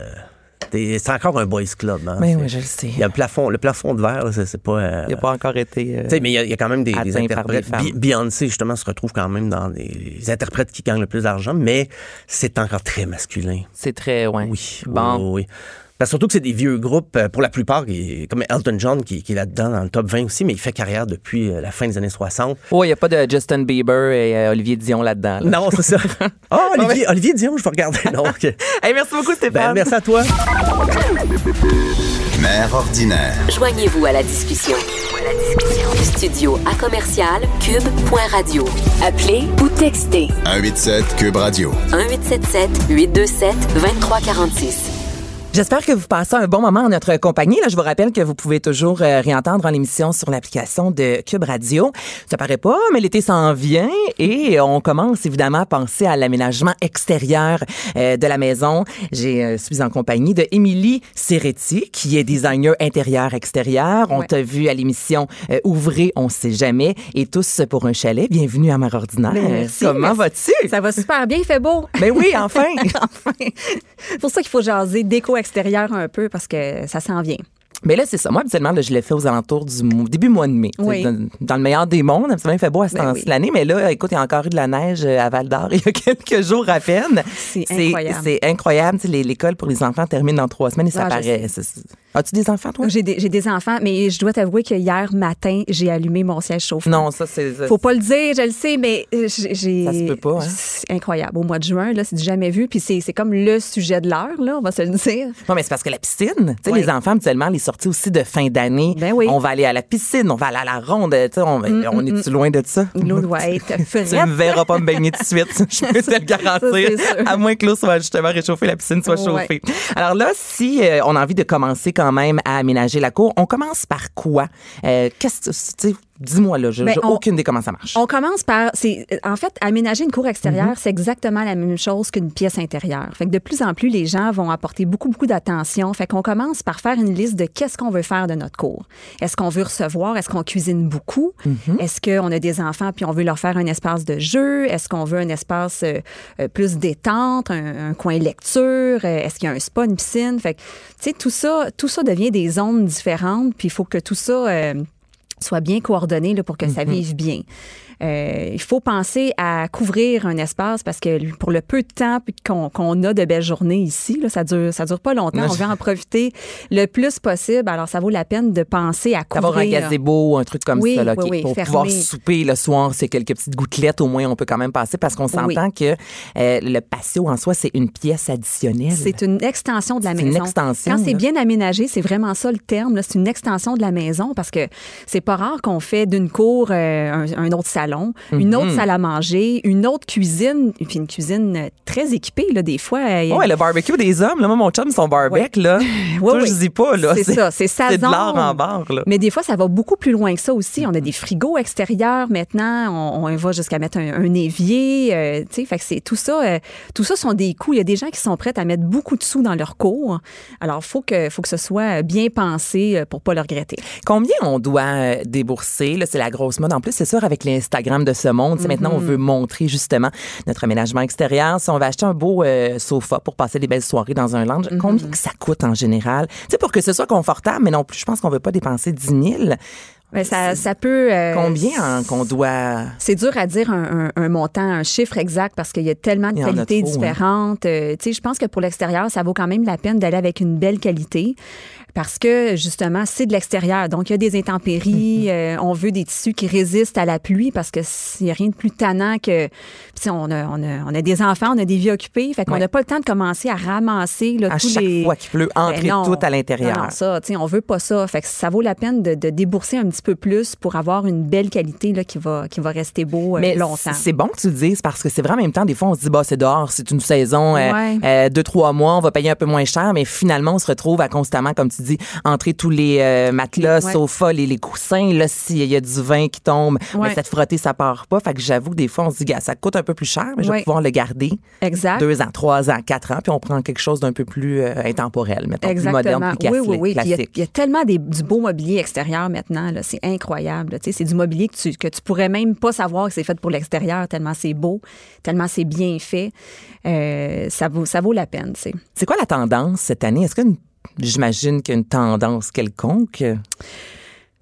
[SPEAKER 1] des- c'est encore un boys club. hein,
[SPEAKER 4] Mais
[SPEAKER 1] c'est-
[SPEAKER 4] oui, Ben je le sais.
[SPEAKER 1] Il y a le plafond, le plafond de verre, là, c'est, c'est pas. euh,
[SPEAKER 4] Il n'a pas encore été. euh,
[SPEAKER 1] tu sais, mais il y, a, il y a quand même des, des
[SPEAKER 4] Atteint par des
[SPEAKER 1] interprètes.
[SPEAKER 4] femmes.
[SPEAKER 1] Bi- Beyoncé, justement, se retrouve quand même dans des les interprètes qui gagnent le plus d'argent, mais c'est encore très masculin.
[SPEAKER 4] C'est très, ouais.
[SPEAKER 1] Oui,
[SPEAKER 4] Bon.
[SPEAKER 1] oui, oui. Parce surtout que c'est des vieux groupes, euh, pour la plupart, qui- comme Elton John, qui, qui est là-dedans dans le top 20 aussi, mais il fait carrière depuis euh, la fin des années 60.
[SPEAKER 4] Oh, il n'y a pas de Justin Bieber et euh, Olivier Dion là-dedans. là.
[SPEAKER 1] Non, c'est ça. Ah,
[SPEAKER 4] ben
[SPEAKER 1] Olivier, Olivier Dion, je vais regarder. Non, ok.
[SPEAKER 4] Hey, merci beaucoup, Stéphane.
[SPEAKER 1] Ben, merci à toi.
[SPEAKER 2] Mère ordinaire.
[SPEAKER 3] Joignez-vous à la discussion. Studio à commercial cube.radio. Appelez ou textez
[SPEAKER 2] 187 Cube Radio.
[SPEAKER 3] 1877 827 2346.
[SPEAKER 4] J'espère que vous passez un bon moment en notre compagnie. Là, je vous rappelle que vous pouvez toujours euh, réentendre en l'émission sur l'application de Cube Radio. Ça paraît pas, mais l'été s'en vient et on commence évidemment à penser à l'aménagement extérieur euh, de la maison. Je suis en compagnie de Émilie Serretti, qui est designer intérieur-extérieur. On
[SPEAKER 5] Ouais.
[SPEAKER 4] t'a vu à l'émission euh, Ouvrez, on sait jamais et tous pour un chalet. Bienvenue à Mère Ordinaire.
[SPEAKER 5] Ben, merci,
[SPEAKER 4] Comment
[SPEAKER 5] merci.
[SPEAKER 4] vas-tu?
[SPEAKER 7] Ça va super bien, il fait beau.
[SPEAKER 4] Ben oui, enfin!
[SPEAKER 7] Enfin. C'est pour ça qu'il faut jaser déco extérieure un peu parce que ça s'en vient.
[SPEAKER 4] Mais là, c'est ça. Moi, habituellement, là, je l'ai fait aux alentours du mo- début mois de mai. Tu sais,
[SPEAKER 7] Oui.
[SPEAKER 4] Dans, dans le meilleur des mondes, habituellement, il fait beau à ce
[SPEAKER 7] Ben
[SPEAKER 4] temps-ci
[SPEAKER 7] oui.
[SPEAKER 4] de l'année. Mais là, écoute, il y a encore eu de la neige euh, à Val d'Or il y a quelques jours à peine.
[SPEAKER 7] C'est incroyable.
[SPEAKER 4] C'est incroyable. Tu sais, les- L'école pour les enfants termine dans trois semaines et ça
[SPEAKER 7] Ah, je
[SPEAKER 4] paraît. C'est-
[SPEAKER 7] sais.
[SPEAKER 4] c'est- As-tu des enfants, toi?
[SPEAKER 7] J'ai des, j'ai des enfants, mais je dois t'avouer que hier matin, j'ai allumé mon siège chauffant.
[SPEAKER 4] Non, ça, c'est. euh, ça-
[SPEAKER 7] Faut pas le dire, je le sais, mais euh, j'ai. j'ai-
[SPEAKER 4] Ça se peut pas, hein?
[SPEAKER 7] C'est incroyable. Au mois de juin, là, c'est du jamais vu. Puis c'est c'est comme le sujet de l'heure, là, on va se le dire.
[SPEAKER 4] Non, mais c'est parce que la piscine, tu sais,
[SPEAKER 7] Oui.
[SPEAKER 4] les enfants, habituellement, les sorties aussi de fin d'année.
[SPEAKER 7] Ben oui. Mm,
[SPEAKER 4] On va aller à la piscine, on va aller à la ronde, tu sais, on, on est-tu loin de ça?
[SPEAKER 7] L'eau doit être
[SPEAKER 4] Tu ne me
[SPEAKER 7] frette.
[SPEAKER 4] verras pas me baigner tout de suite, je peux te le garantir.
[SPEAKER 7] c'est sûr.
[SPEAKER 4] à moins que l'eau soit justement réchauffée, la piscine soit
[SPEAKER 7] Ouais.
[SPEAKER 4] chauffée. Alors là, si euh, on a envie de commencer quand même à aménager la cour, on commence par quoi? Euh, Qu'est-ce que tu sais, Dis-moi, là, je
[SPEAKER 7] Ben,
[SPEAKER 4] j'ai
[SPEAKER 7] on-
[SPEAKER 4] aucune idée comment ça marche.
[SPEAKER 7] On commence par, c'est euh, en fait, aménager une cour extérieure, c'est exactement la même chose qu'une pièce intérieure. Fait que de plus en plus, les gens vont apporter beaucoup, beaucoup d'attention. Fait qu'on commence par faire une liste de qu'est-ce qu'on veut faire de notre cour. Est-ce qu'on veut recevoir? Est-ce qu'on cuisine beaucoup? Est-ce qu'on a des enfants puis on veut leur faire un espace de jeu? Est-ce qu'on veut un espace euh, euh, plus détente, un, un coin lecture? Euh, Est-ce qu'il y a un spa, une piscine? Fait que, tu sais, tout ça, tout ça devient des zones différentes puis il faut que tout ça... euh, soit bien coordonné là, pour que
[SPEAKER 4] Mm-hmm.
[SPEAKER 7] ça vive bien. Euh, il faut penser à couvrir un espace parce que pour le peu de temps puis qu'on qu'on a de belles journées ici, là, ça dure ça dure pas longtemps.
[SPEAKER 4] Non,
[SPEAKER 7] On veut en profiter le plus possible. Alors ça vaut la peine de penser à couvrir.
[SPEAKER 4] D'avoir un gazebo ou un truc comme
[SPEAKER 7] Oui,
[SPEAKER 4] ça, là,
[SPEAKER 7] oui,
[SPEAKER 4] OK,
[SPEAKER 7] oui,
[SPEAKER 4] pour
[SPEAKER 7] fermé.
[SPEAKER 4] pouvoir souper le soir, c'est quelques petites gouttelettes, au moins on peut quand même passer parce qu'on s'entend que euh, le patio en soi, c'est une pièce additionnelle.
[SPEAKER 7] C'est une extension de la
[SPEAKER 4] C'est une
[SPEAKER 7] maison.
[SPEAKER 4] extension,
[SPEAKER 7] Quand c'est
[SPEAKER 4] là.
[SPEAKER 7] bien aménagé, c'est vraiment ça le terme. là. C'est une extension de la maison parce que c'est pas rare qu'on fait d'une cour euh, un, un autre salon, une
[SPEAKER 4] Mm-hmm.
[SPEAKER 7] autre salle à manger, une autre cuisine, puis une cuisine euh, très équipée. Là, des fois, euh, il y a-
[SPEAKER 4] Ouais, le barbecue des hommes, là, moi, mon chum, son barbecue, là. Toi,
[SPEAKER 7] oui.
[SPEAKER 4] je dis pas, là.
[SPEAKER 7] C'est ça, c'est sa
[SPEAKER 4] C'est de l'art
[SPEAKER 7] zone.
[SPEAKER 4] en barre, là.
[SPEAKER 7] Mais des fois, ça va beaucoup plus loin que ça aussi. On a des frigos extérieurs maintenant. On, on va jusqu'à mettre un, un évier. euh, tu sais, fait que c'est tout ça. euh, tout ça sont des coûts. Il y a des gens qui sont prêts à mettre beaucoup de sous dans leur cours. Alors, faut que faut que ce soit bien pensé euh, pour pas le regretter.
[SPEAKER 4] Combien on doit euh, débourser? Là, c'est la grosse mode. En plus, c'est sûr, avec l'Instagram de ce monde, c'est maintenant, on
[SPEAKER 7] Mm-hmm.
[SPEAKER 4] veut montrer justement notre aménagement extérieur. Si on va acheter un beau euh, sofa pour passer des belles soirées dans un
[SPEAKER 7] Mm-hmm.
[SPEAKER 4] lounge, combien que ça coûte en général? Tu sais, pour que ce soit confortable, mais non plus, je pense qu'on ne veut pas dépenser 10 000.
[SPEAKER 7] Mais ça, ça peut. euh,
[SPEAKER 4] Combien hein, qu'on doit...
[SPEAKER 7] C'est dur à dire un, un- un montant, un chiffre exact parce qu'il y a tellement de
[SPEAKER 4] Il y en a
[SPEAKER 7] qualités
[SPEAKER 4] trop, hein.
[SPEAKER 7] différentes. Euh, tu sais, je pense que pour l'extérieur, ça vaut quand même la peine d'aller avec une belle qualité parce que justement, c'est de l'extérieur. Donc, il y a des intempéries. euh, on veut des tissus qui résistent à la pluie parce que s'il n'y a rien de plus tannant que. Puis, tu sais, on a, on, a, on a des enfants, on a des vies occupées. Fait qu'on
[SPEAKER 4] Ouais.
[SPEAKER 7] n'a pas le temps de commencer à ramasser là,
[SPEAKER 4] À
[SPEAKER 7] tous
[SPEAKER 4] chaque
[SPEAKER 7] les- Ben
[SPEAKER 4] fois qu'il pleut, entrer
[SPEAKER 7] non.
[SPEAKER 4] tout à l'intérieur.
[SPEAKER 7] Non, non, ça, tu sais, on veut pas ça. Fait que ça vaut la peine de, de débourser un petit peu plus pour avoir une belle qualité là, qui, va, qui va rester beau euh,
[SPEAKER 4] Mais
[SPEAKER 7] longtemps.
[SPEAKER 4] C'est bon que tu le dises parce que c'est vrai en même temps, des fois, on se dit, bah, c'est dehors, c'est une saison, euh,
[SPEAKER 7] Ouais.
[SPEAKER 4] euh, deux, trois mois, on va payer un peu moins cher, mais finalement, on se retrouve à constamment, comme tu dis, entrer tous les euh, matelas,
[SPEAKER 7] Ouais.
[SPEAKER 4] sofas, les, les coussins. Là, s'il y a du vin qui tombe,
[SPEAKER 7] Ouais.
[SPEAKER 4] mais ça te frotter, ça part pas. Fait que j'avoue, des fois, on se dit, gars, ça coûte un peu plus cher, mais je vais
[SPEAKER 7] Ouais. Ah.
[SPEAKER 4] pouvoir le garder
[SPEAKER 7] Exact.
[SPEAKER 4] deux ans, trois ans, quatre ans, puis on prend quelque chose d'un peu plus euh, intemporel, mettons, plus moderne, plus
[SPEAKER 7] oui,
[SPEAKER 4] classique.
[SPEAKER 7] oui, oui. Puis Il y a-
[SPEAKER 4] classique.
[SPEAKER 7] il y, a tellement des- du beau mobilier extérieur maintenant. là. C'est incroyable. là. Tu sais, C'est du mobilier que tu, que tu pourrais même pas savoir que c'est fait pour l'extérieur, tellement c'est beau, tellement c'est bien fait. Euh, ça, vaut, ça vaut la peine. tu sais.
[SPEAKER 4] C'est quoi la tendance cette année? Est-ce que J'imagine qu'il y a une tendance quelconque.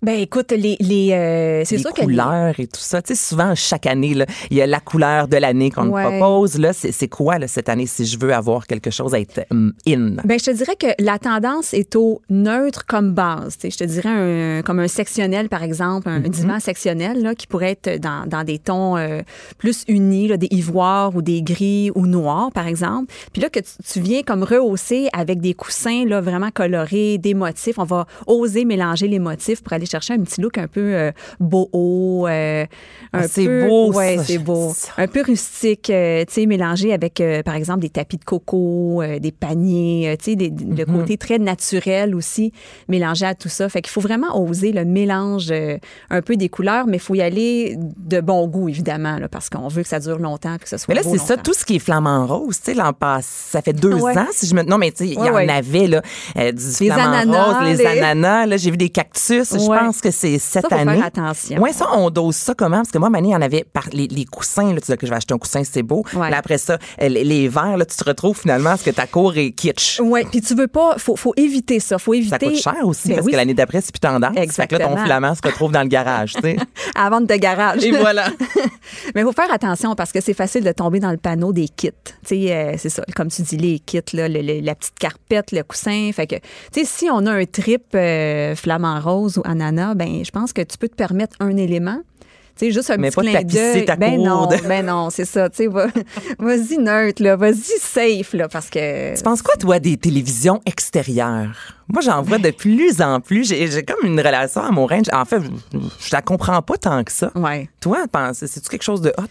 [SPEAKER 7] Ben écoute, les, les, euh, c'est
[SPEAKER 4] les
[SPEAKER 7] sûr que les-
[SPEAKER 4] couleurs et tout ça. Tu sais, souvent, chaque année, là, il y a la couleur de l'année qu'on
[SPEAKER 7] Ouais.
[SPEAKER 4] me propose. Là, c'est, c'est quoi là, cette année si je veux avoir quelque chose à être hum, in?
[SPEAKER 7] Ben, je te dirais que la tendance est au neutre comme base. Tu sais, Je te dirais un- comme un sectionnel, par exemple,
[SPEAKER 4] Mm-hmm.
[SPEAKER 7] un divan sectionnel là, qui pourrait être dans, dans des tons euh, plus unis, là, des ivoires ou des gris ou noirs, par exemple. Puis là, que tu, tu viens comme rehausser avec des coussins là, vraiment colorés, des motifs. On va oser mélanger les motifs pour aller chercher un petit look un peu euh, boho, euh, un
[SPEAKER 4] Ah, c'est
[SPEAKER 7] peu-
[SPEAKER 4] beau,
[SPEAKER 7] ouais,
[SPEAKER 4] ça.
[SPEAKER 7] c'est beau
[SPEAKER 4] Ça,
[SPEAKER 7] un peu rustique, euh, tu sais, mélangé avec, euh, par exemple, des tapis de coco, euh, des paniers, euh, tu sais, des-
[SPEAKER 4] Mhm.
[SPEAKER 7] le côté très naturel aussi, mélangé à tout ça. Fait qu'il faut vraiment oser le mélange euh, un peu des couleurs, mais il faut y aller de bon goût, évidemment, là, parce qu'on veut que ça dure longtemps, puis que ce soit
[SPEAKER 4] Mais là,
[SPEAKER 7] beau
[SPEAKER 4] c'est ça,
[SPEAKER 7] longtemps.
[SPEAKER 4] tout ce qui est flamant rose, tu sais, l'an passé, ça fait deux
[SPEAKER 7] Ouais.
[SPEAKER 4] ans, si je me... Non, mais tu sais, il y
[SPEAKER 7] Ouais,
[SPEAKER 4] en
[SPEAKER 7] ouais.
[SPEAKER 4] avait, là, euh, du
[SPEAKER 7] Les
[SPEAKER 4] flamant
[SPEAKER 7] ananas,
[SPEAKER 4] rose, les,
[SPEAKER 7] les-
[SPEAKER 4] ananas, là, j'ai vu des cactus, je
[SPEAKER 7] Ouais.
[SPEAKER 4] pense que c'est cette
[SPEAKER 7] Ça, faut faire
[SPEAKER 4] année.
[SPEAKER 7] attention.
[SPEAKER 4] Ouais, ça, on dose ça comment? Parce que moi, Mané, il y en avait par les, les coussins, là, tu dis que je vais acheter un coussin, c'est beau.
[SPEAKER 7] Ouais.
[SPEAKER 4] Là, après ça, euh, les, les verres, là, tu te retrouves finalement, parce que ta cour est kitsch.
[SPEAKER 7] Ouais, puis tu veux pas, faut, faut éviter ça, faut éviter.
[SPEAKER 4] Ça coûte cher aussi
[SPEAKER 7] Ben
[SPEAKER 4] parce
[SPEAKER 7] oui,
[SPEAKER 4] que l'année d'après, c'est plus tendance. Fait que là, ton
[SPEAKER 7] Exactement.
[SPEAKER 4] flamand se retrouve dans le garage, tu sais.
[SPEAKER 7] à la vente de garage.
[SPEAKER 4] Et voilà.
[SPEAKER 7] Mais il faut faire attention parce que c'est facile de tomber dans le panneau des kits. Tu sais, euh, c'est ça, comme tu dis, les kits, là, le- le- la petite carpette, le coussin. Fait que, tu sais, si on a un trip euh, flamant rose ou ananas, ben je pense que tu peux te permettre un élément. Tu sais, juste un
[SPEAKER 4] Mais
[SPEAKER 7] petit
[SPEAKER 4] pas
[SPEAKER 7] clin
[SPEAKER 4] tapisser
[SPEAKER 7] d'œil.
[SPEAKER 4] ta
[SPEAKER 7] ben
[SPEAKER 4] cour
[SPEAKER 7] non,
[SPEAKER 4] de-
[SPEAKER 7] ben non, c'est ça. Tu sais, va- vas-y neutre, là, vas-y safe, là, parce que...
[SPEAKER 4] Tu penses quoi, toi, des télévisions extérieures? Moi, j'en vois de plus en plus. J'ai j'ai comme une relation à mon range. En fait, je je la comprends pas tant que ça.
[SPEAKER 7] Ouais.
[SPEAKER 4] Toi, pense- c'est-tu quelque chose de hot?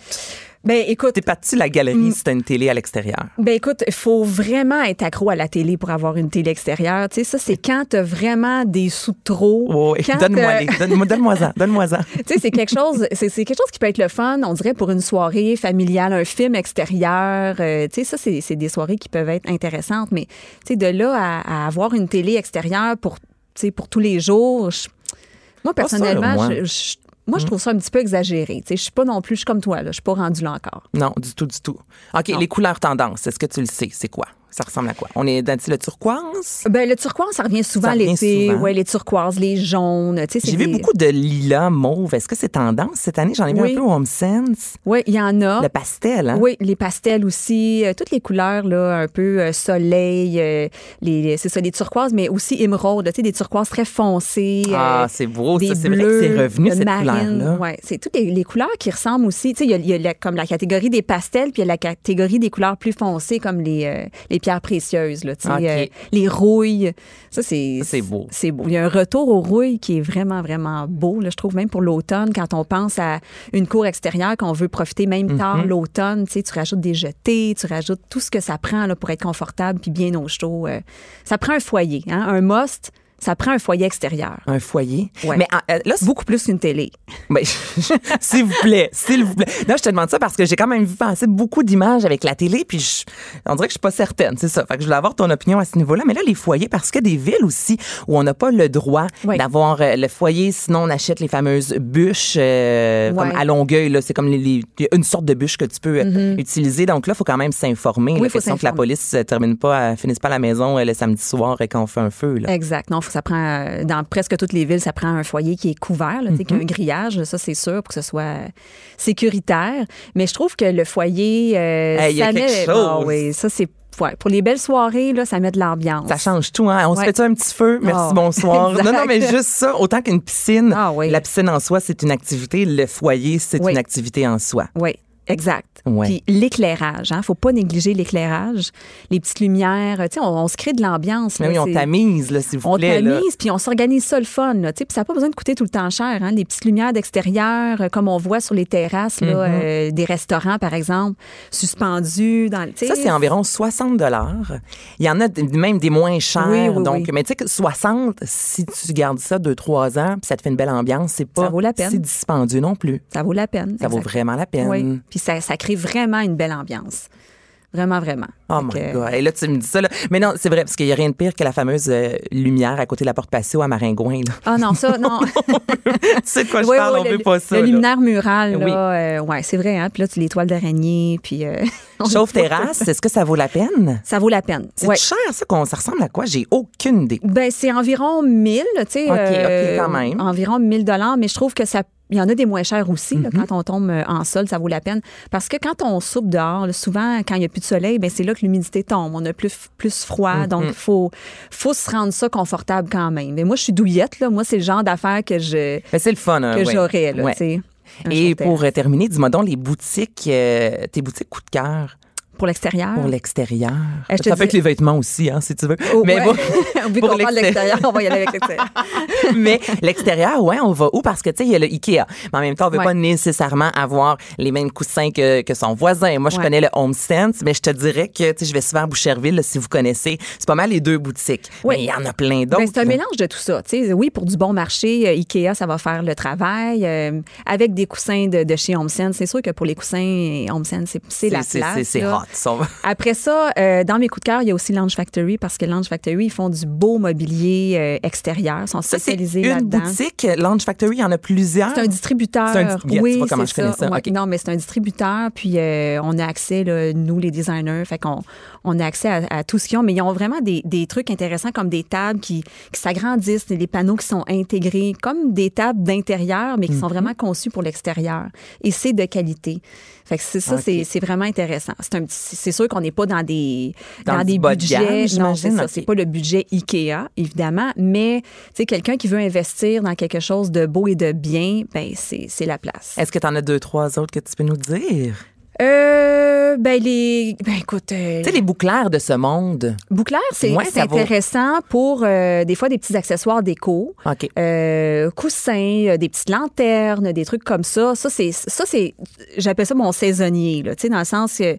[SPEAKER 7] Ben écoute,
[SPEAKER 4] T'es parti de la
[SPEAKER 7] Mm.
[SPEAKER 4] galerie si t'as une télé à l'extérieur.
[SPEAKER 7] Ben écoute, il faut vraiment être accro à la télé pour avoir une télé extérieure. Tu sais, ça, c'est quand t'as vraiment des sous de trop.
[SPEAKER 4] Oh, oui.
[SPEAKER 7] Quand, euh,
[SPEAKER 4] Donne-moi les. Donne-moi donne-moi-en, donne-moi-en.
[SPEAKER 7] Tu sais, c'est quelque chose, c'est c'est quelque chose qui peut être le fun, on dirait pour une soirée familiale, un film extérieur. Euh, tu sais, ça, c'est c'est des soirées qui peuvent être intéressantes, mais tu sais, de là à, à avoir une télé extérieure pour, tu sais, pour tous les jours, je- moi,
[SPEAKER 4] Pas ça, là,
[SPEAKER 7] personnellement,
[SPEAKER 4] moi. Hmm.
[SPEAKER 7] je, je- moi, je trouve ça un petit peu exagéré. Tu sais, je suis pas non plus, je suis comme toi, là, je suis pas rendue là encore.
[SPEAKER 4] Non, du tout, du tout. OK, les couleurs tendances, est-ce que tu le sais? C'est quoi? Ça ressemble à quoi? On est dans le turquoise?
[SPEAKER 7] Ben, le turquoise, ça revient souvent
[SPEAKER 4] Ça revient
[SPEAKER 7] l'été.
[SPEAKER 4] souvent.
[SPEAKER 7] Ouais, les turquoises, les jaunes. tu sais, c'est
[SPEAKER 4] J'ai vu
[SPEAKER 7] des-
[SPEAKER 4] beaucoup de lilas mauve. Est-ce que c'est tendance cette année? J'en ai vu
[SPEAKER 7] Oui.
[SPEAKER 4] un peu au Home Sense.
[SPEAKER 7] Oui, il y en a.
[SPEAKER 4] Le pastel, hein?
[SPEAKER 7] Oui, les pastels aussi, euh, toutes les couleurs là, un peu euh, soleil, euh, les c'est ça les turquoises mais aussi émeraude, tu sais des turquoises très foncées. euh,
[SPEAKER 4] Ah, c'est beau,
[SPEAKER 7] des
[SPEAKER 4] ça, c'est vrai que
[SPEAKER 7] bleus,
[SPEAKER 4] c'est revenu,
[SPEAKER 7] euh,
[SPEAKER 4] cette
[SPEAKER 7] marines.
[SPEAKER 4] couleur-là.
[SPEAKER 7] Ouais, c'est toutes les, les couleurs qui ressemblent aussi, tu sais il y a- il y a, la- comme la catégorie des pastels puis il y a la catégorie des couleurs plus foncées comme les euh, les pierres précieuses là, tu sais
[SPEAKER 4] Ok.
[SPEAKER 7] euh, les rouilles. Ça c'est
[SPEAKER 4] Ça, Ah, c'est beau.
[SPEAKER 7] C'est beau. Il y a un retour aux rouilles qui est vraiment vraiment beau là, je trouve même pour l'automne quand on pense à une cour extérieure qu'on veut profiter
[SPEAKER 4] Mhm.
[SPEAKER 7] même tard l'automne, tu sais, tu rajoutes des jetés, tu rajoutes tout ce que ça prend là, pour être confortable puis bien au chaud. euh. ça prend un foyer, hein, un must. Ça prend un foyer extérieur.
[SPEAKER 4] Un foyer.
[SPEAKER 7] Ouais.
[SPEAKER 4] Mais euh, là, c'est
[SPEAKER 7] Beaucoup plus qu'une télé.
[SPEAKER 4] Ben, s'il vous plaît, s'il vous plaît. Non, je te demande ça parce que j'ai quand même vu passer beaucoup d'images avec la télé, puis je- on dirait que je suis pas certaine, c'est ça. Fait que je voulais avoir ton opinion à ce niveau-là. Mais là, les foyers, parce que des villes aussi où on n'a pas le droit
[SPEAKER 7] Oui.
[SPEAKER 4] d'avoir euh, le foyer, sinon on achète les fameuses bûches euh,
[SPEAKER 7] Ouais.
[SPEAKER 4] comme à Longueuil, là, c'est comme les- les- il y a une sorte de bûche que tu peux euh, utiliser. Donc là, il faut quand même s'informer.
[SPEAKER 7] Mm-hmm. Oui,
[SPEAKER 4] la
[SPEAKER 7] faut
[SPEAKER 4] question que la
[SPEAKER 7] s'informer.
[SPEAKER 4] police euh, termine pas, euh, finisse pas à la maison euh, le samedi soir et quand on fait un feu. Là.
[SPEAKER 7] Exact. Non, faut- ça prend euh, dans presque toutes les villes, ça prend un foyer qui est couvert, là, tu sais,
[SPEAKER 4] Mhm.
[SPEAKER 7] qui a un grillage, ça c'est sûr pour que ce soit euh, sécuritaire. Mais je trouve que le foyer, euh,
[SPEAKER 4] Hey, il y a
[SPEAKER 7] ça
[SPEAKER 4] quelque
[SPEAKER 7] met-
[SPEAKER 4] chose.
[SPEAKER 7] Ah oui, ça c'est ouais, pour les belles soirées là, ça met de l'ambiance.
[SPEAKER 4] Ça change tout, hein? On se
[SPEAKER 7] Ouais.
[SPEAKER 4] fait un petit feu? Merci,
[SPEAKER 7] Ah,
[SPEAKER 4] bonsoir. Non, non,
[SPEAKER 7] exact.
[SPEAKER 4] mais juste ça, autant qu'une piscine.
[SPEAKER 7] Ah oui.
[SPEAKER 4] La piscine en soi, c'est une activité. Le foyer, c'est
[SPEAKER 7] Oui.
[SPEAKER 4] une activité en soi.
[SPEAKER 7] Oui, exact.
[SPEAKER 4] Ouais.
[SPEAKER 7] Puis l'éclairage, hein, faut pas négliger l'éclairage, les petites lumières, euh, tu sais, on, on se crée de l'ambiance.
[SPEAKER 4] Mais
[SPEAKER 7] là,
[SPEAKER 4] oui, on
[SPEAKER 7] c'est-
[SPEAKER 4] tamise, là, s'il vous
[SPEAKER 7] On
[SPEAKER 4] plaît. là.
[SPEAKER 7] tamise, puis on s'organise ça le fun. Là, tu sais, puis ça n'a pas besoin de coûter tout le temps cher. Hein, les petites lumières d'extérieur, euh, comme on voit sur les terrasses là,
[SPEAKER 4] Mm-hmm.
[SPEAKER 7] euh, des restaurants, par exemple, suspendues dans le... tu sais,
[SPEAKER 4] Ça, c'est environ 60 Il y en a d- même des moins chers.
[SPEAKER 7] Oui, oui,
[SPEAKER 4] donc,
[SPEAKER 7] oui.
[SPEAKER 4] mais tu sais que 60, si tu gardes ça 2-3 ans, puis ça te fait une belle ambiance, c'est pas
[SPEAKER 7] vaut la peine.
[SPEAKER 4] si dispendieux non plus.
[SPEAKER 7] Ça vaut la peine.
[SPEAKER 4] Ça vaut
[SPEAKER 7] exact.
[SPEAKER 4] vraiment la peine.
[SPEAKER 7] Oui, puis ça, ça crée vraiment une belle ambiance. Vraiment, vraiment.
[SPEAKER 4] Oh
[SPEAKER 7] Fait
[SPEAKER 4] my
[SPEAKER 7] que-
[SPEAKER 4] God. Et là, tu me dis ça, là. Mais non, c'est vrai, parce qu'il n'y a rien de pire que la fameuse euh, lumière à côté de la porte patio à Maringouin, là.
[SPEAKER 7] Ah non, ça, non.
[SPEAKER 4] tu sais de quoi je
[SPEAKER 7] Ouais,
[SPEAKER 4] parle,
[SPEAKER 7] ouais,
[SPEAKER 4] on
[SPEAKER 7] le,
[SPEAKER 4] veut pas ça.
[SPEAKER 7] Le
[SPEAKER 4] là.
[SPEAKER 7] luminaire mural, là,
[SPEAKER 4] Oui.
[SPEAKER 7] euh, ouais, c'est vrai. Hein? Puis là, tu les toiles d'araignée, puis... euh, on-
[SPEAKER 4] Chauffe terrasse, est-ce que ça vaut la peine?
[SPEAKER 7] Ça vaut la peine.
[SPEAKER 4] C'est
[SPEAKER 7] Ouais.
[SPEAKER 4] cher, ça, qu'on, ça ressemble à quoi? J'ai aucune idée.
[SPEAKER 7] Ben, c'est environ 1000, tu sais. euh,
[SPEAKER 4] OK, OK, quand même.
[SPEAKER 7] Environ 1000 dollars, mais je trouve que ça il y en a des moins chers aussi. là,
[SPEAKER 4] Mhm.
[SPEAKER 7] quand on tombe euh, en sol, ça vaut la peine. Parce que quand on soupe dehors, là, souvent, quand il n'y a plus de soleil, ben, c'est là que l'humidité tombe. On a plus, plus froid.
[SPEAKER 4] Mhm.
[SPEAKER 7] Donc, il faut, faut se rendre ça confortable quand même. Mais moi, je suis douillette. Là. Moi, c'est le genre d'affaire que je
[SPEAKER 4] Ben, c'est le fun. hein,
[SPEAKER 7] que
[SPEAKER 4] ouais.
[SPEAKER 7] j'aurais. là,
[SPEAKER 4] Ouais.
[SPEAKER 7] tu sais, un
[SPEAKER 4] Et
[SPEAKER 7] jour terre.
[SPEAKER 4] pour euh, terminer, dis-moi donc les boutiques, euh, tes boutiques coup de cœur
[SPEAKER 7] pour l'extérieur.
[SPEAKER 4] pour l'extérieur.
[SPEAKER 7] Ah. Eh, je te
[SPEAKER 4] ça peut
[SPEAKER 7] dis-
[SPEAKER 4] être les vêtements aussi, hein, si tu veux.
[SPEAKER 7] Oh, ouais.
[SPEAKER 4] bon-
[SPEAKER 7] Vu
[SPEAKER 4] pour
[SPEAKER 7] qu'on parle de
[SPEAKER 4] l'extérieur.
[SPEAKER 7] l'extérieur, on va y aller avec l'extérieur.
[SPEAKER 4] mais l'extérieur, ouais, on va où? Parce que, tu sais, il y a le Ikea. Mais en même temps, on veut
[SPEAKER 7] Ouais.
[SPEAKER 4] pas nécessairement avoir les mêmes coussins que, que son voisin. Moi, je
[SPEAKER 7] Ouais.
[SPEAKER 4] connais le Home Sense, mais je te dirais que, tu sais, je vais souvent à Boucherville, là, si vous connaissez. C'est pas mal les deux boutiques.
[SPEAKER 7] Ouais.
[SPEAKER 4] Mais il y en a plein
[SPEAKER 7] Ben,
[SPEAKER 4] d'autres.
[SPEAKER 7] c'est un
[SPEAKER 4] là.
[SPEAKER 7] mélange de tout ça. tu sais. Oui, pour du bon marché, euh, IKEA, ça va faire le travail. euh, avec des coussins de, de chez HomeSense, c'est sûr que pour les coussins euh, HomeSense, c'est, c'est la
[SPEAKER 4] C'est- c'est-
[SPEAKER 7] place.
[SPEAKER 4] c'est- C'est
[SPEAKER 7] là.
[SPEAKER 4] hot. ça.
[SPEAKER 7] Après ça, euh, dans mes coups de cœur, il y a aussi Lounge Factory parce que Lounge Factory, ils font du beau mobilier euh, extérieur, sont
[SPEAKER 4] Ça, c'est
[SPEAKER 7] spécialisés
[SPEAKER 4] une
[SPEAKER 7] là-dedans.
[SPEAKER 4] boutique. Lounge Factory, il y en a plusieurs.
[SPEAKER 7] C'est un distributeur.
[SPEAKER 4] C'est un di- yeah, tu
[SPEAKER 7] oui,
[SPEAKER 4] vois comment
[SPEAKER 7] c'est
[SPEAKER 4] je connais ça.
[SPEAKER 7] Ouais,
[SPEAKER 4] OK.
[SPEAKER 7] Non, mais c'est un distributeur. Puis euh, on a accès, là, nous, les designers, fait qu'on on a accès à, à tout ce qu'ils ont. Mais ils ont vraiment des, des trucs intéressants comme des tables qui, qui s'agrandissent, des panneaux qui sont intégrés, comme des tables d'intérieur, mais qui
[SPEAKER 4] Mhm.
[SPEAKER 7] sont vraiment conçues pour l'extérieur. Et c'est de qualité. Fait que c'est ça,
[SPEAKER 4] OK.
[SPEAKER 7] c'est- c'est vraiment intéressant. C'est un petit- c'est sûr qu'on n'est pas dans des
[SPEAKER 4] Dans
[SPEAKER 7] dans,
[SPEAKER 4] du
[SPEAKER 7] des
[SPEAKER 4] bas de gamme,
[SPEAKER 7] budgets. non, c'est
[SPEAKER 4] j'imagine,
[SPEAKER 7] ça.
[SPEAKER 4] OK.
[SPEAKER 7] C'est pas le budget IKEA, évidemment, mais tu sais, quelqu'un qui veut investir dans quelque chose de beau et de bien, ben c'est c'est la place.
[SPEAKER 4] Est-ce que tu en as deux, trois autres que tu peux nous dire?
[SPEAKER 7] Euh, ben, les. Ben, écoute. euh,
[SPEAKER 4] Tu sais, les bouclaires de ce monde.
[SPEAKER 7] Bouclair, c'est
[SPEAKER 4] Ouais,
[SPEAKER 7] c'est
[SPEAKER 4] ça vaut-
[SPEAKER 7] intéressant pour euh, des fois des petits accessoires déco.
[SPEAKER 4] OK.
[SPEAKER 7] Euh, coussins, euh, des petites lanternes, des trucs comme ça. Ça, c'est, ça, c'est, j'appelle ça mon saisonnier, là, tu sais, dans le sens que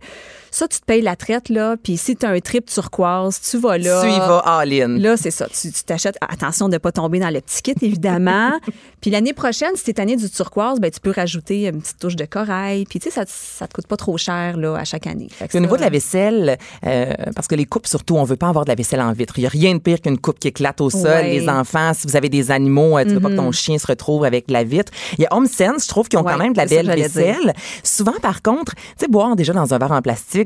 [SPEAKER 7] ça, tu te payes la traite, là, puis si t'as un trip turquoise, tu vas là.
[SPEAKER 4] Tu y vas all-in.
[SPEAKER 7] Là, c'est ça. Tu tu t'achètes. Attention de ne pas tomber dans le petit kit, évidemment. puis l'année prochaine, si t'es tanné du turquoise, ben, tu peux rajouter une petite touche de corail. Puis, tu sais, ça, ça te coûte pas trop cher, là, à chaque année. Fait que
[SPEAKER 4] Puis au niveau
[SPEAKER 7] ça-
[SPEAKER 4] de la vaisselle, euh, parce que les coupes, surtout, on veut pas avoir de la vaisselle en vitre. Il n'y a rien de pire qu'une coupe qui éclate au sol.
[SPEAKER 7] Ouais. Mm-hmm.
[SPEAKER 4] Les enfants, si vous avez des animaux, euh, tu veux pas que ton chien se retrouve avec la vitre. Il y a Home Sense, je trouve, qui ont
[SPEAKER 7] Ouais,
[SPEAKER 4] quand même de la
[SPEAKER 7] c'est ça que
[SPEAKER 4] belle
[SPEAKER 7] j'allais dire.
[SPEAKER 4] vaisselle. Souvent, par contre, tu sais, boire déjà dans un verre en plastique,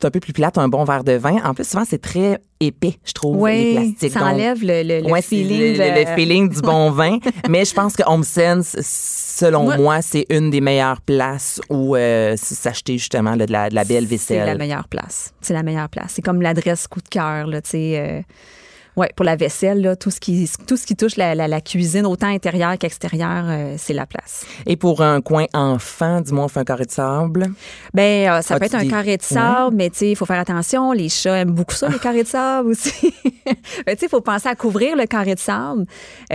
[SPEAKER 4] c'est un peu plus plate, un bon verre de vin. En plus, souvent, c'est très épais, je trouve, les
[SPEAKER 7] Oui,
[SPEAKER 4] plastiques.
[SPEAKER 7] ça
[SPEAKER 4] Donc,
[SPEAKER 7] enlève le, le, le
[SPEAKER 4] Ouais, c'est
[SPEAKER 7] feeling.
[SPEAKER 4] le, le-
[SPEAKER 7] de-
[SPEAKER 4] le feeling du bon vin. Mais je pense que Home Sense, selon
[SPEAKER 7] Moi-
[SPEAKER 4] moi, c'est une des meilleures places où euh, s'acheter justement là, de, la, de la belle
[SPEAKER 7] C'est la
[SPEAKER 4] vaisselle.
[SPEAKER 7] meilleure place. C'est la meilleure place. C'est comme l'adresse coup de cœur, là, tu sais. euh, ouais, pour la vaisselle, là, tout, ce qui, tout ce qui touche la, la- la cuisine, autant intérieure qu'extérieure, euh, c'est la place.
[SPEAKER 4] Et pour un coin enfant, du moins, on fait un carré de sable.
[SPEAKER 7] Ben, euh, ça
[SPEAKER 4] Ah,
[SPEAKER 7] peut être
[SPEAKER 4] tu
[SPEAKER 7] un
[SPEAKER 4] dis-
[SPEAKER 7] carré de sable, mais tu sais, il faut faire attention. Les chats aiment beaucoup ça, les carrés de sable aussi. Ben, tu sais, il faut penser à couvrir le carré de sable.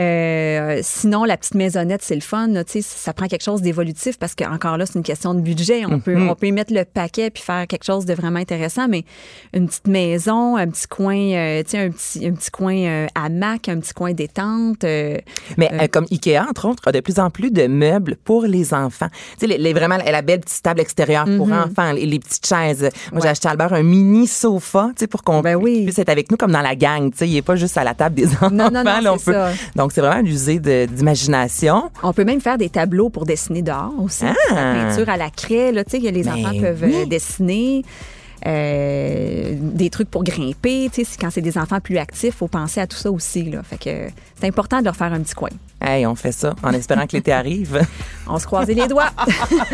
[SPEAKER 7] Euh, sinon, la petite maisonnette, c'est le fun. là, Tu sais, ça prend quelque chose d'évolutif parce que encore là, c'est une question de budget. On peut, on peut y mettre le paquet puis faire quelque chose de vraiment intéressant. Mais une petite maison, un petit coin, euh, tu sais, un petit, un petit coin euh, hamac, un petit coin détente. euh,
[SPEAKER 4] Mais euh, comme Ikea, entre autres, a de plus en plus de meubles pour les enfants. Tu sais, les, les- vraiment, la belle petite table extérieure pour
[SPEAKER 7] Mm-hmm.
[SPEAKER 4] enfants, les, les petites chaises. Moi, j'ai acheté à Albert un mini sofa, tu sais, pour qu'on
[SPEAKER 7] Ben oui.
[SPEAKER 4] puisse être avec nous comme dans la gang. Tu sais, il n'est pas juste à la table des enfants.
[SPEAKER 7] non, non,
[SPEAKER 4] là, on
[SPEAKER 7] c'est
[SPEAKER 4] peut-
[SPEAKER 7] ça.
[SPEAKER 4] Donc, c'est vraiment l'usée de- d'imagination.
[SPEAKER 7] On peut même faire des tableaux pour dessiner dehors aussi. La peinture à la craie, là, tu sais, que les enfants peuvent euh, dessiner. Euh, des trucs pour grimper, tu sais, c'est- quand c'est des enfants plus actifs, faut penser à tout ça aussi, là. Fait que euh, c'est important de leur faire un petit coin.
[SPEAKER 4] Hey, on fait ça en espérant que l'été arrive.
[SPEAKER 7] On se croise les doigts.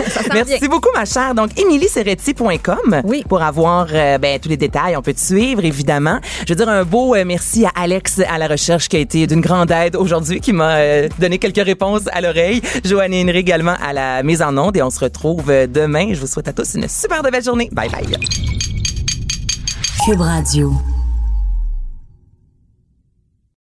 [SPEAKER 7] ça sent
[SPEAKER 4] Merci
[SPEAKER 7] bien.
[SPEAKER 4] beaucoup, ma chère. Donc, emilyceretti.com
[SPEAKER 7] Oui.
[SPEAKER 4] pour avoir euh, ben, tous les détails. On peut te suivre, évidemment. Je veux dire un beau euh, merci à Alex à la recherche qui a été d'une grande aide aujourd'hui, qui m'a euh, donné quelques réponses à l'oreille. Joanne Henry également à la mise en onde. Et on se retrouve euh, demain. Je vous souhaite à tous une super de belle journée. Bye bye.
[SPEAKER 3] Cube Radio.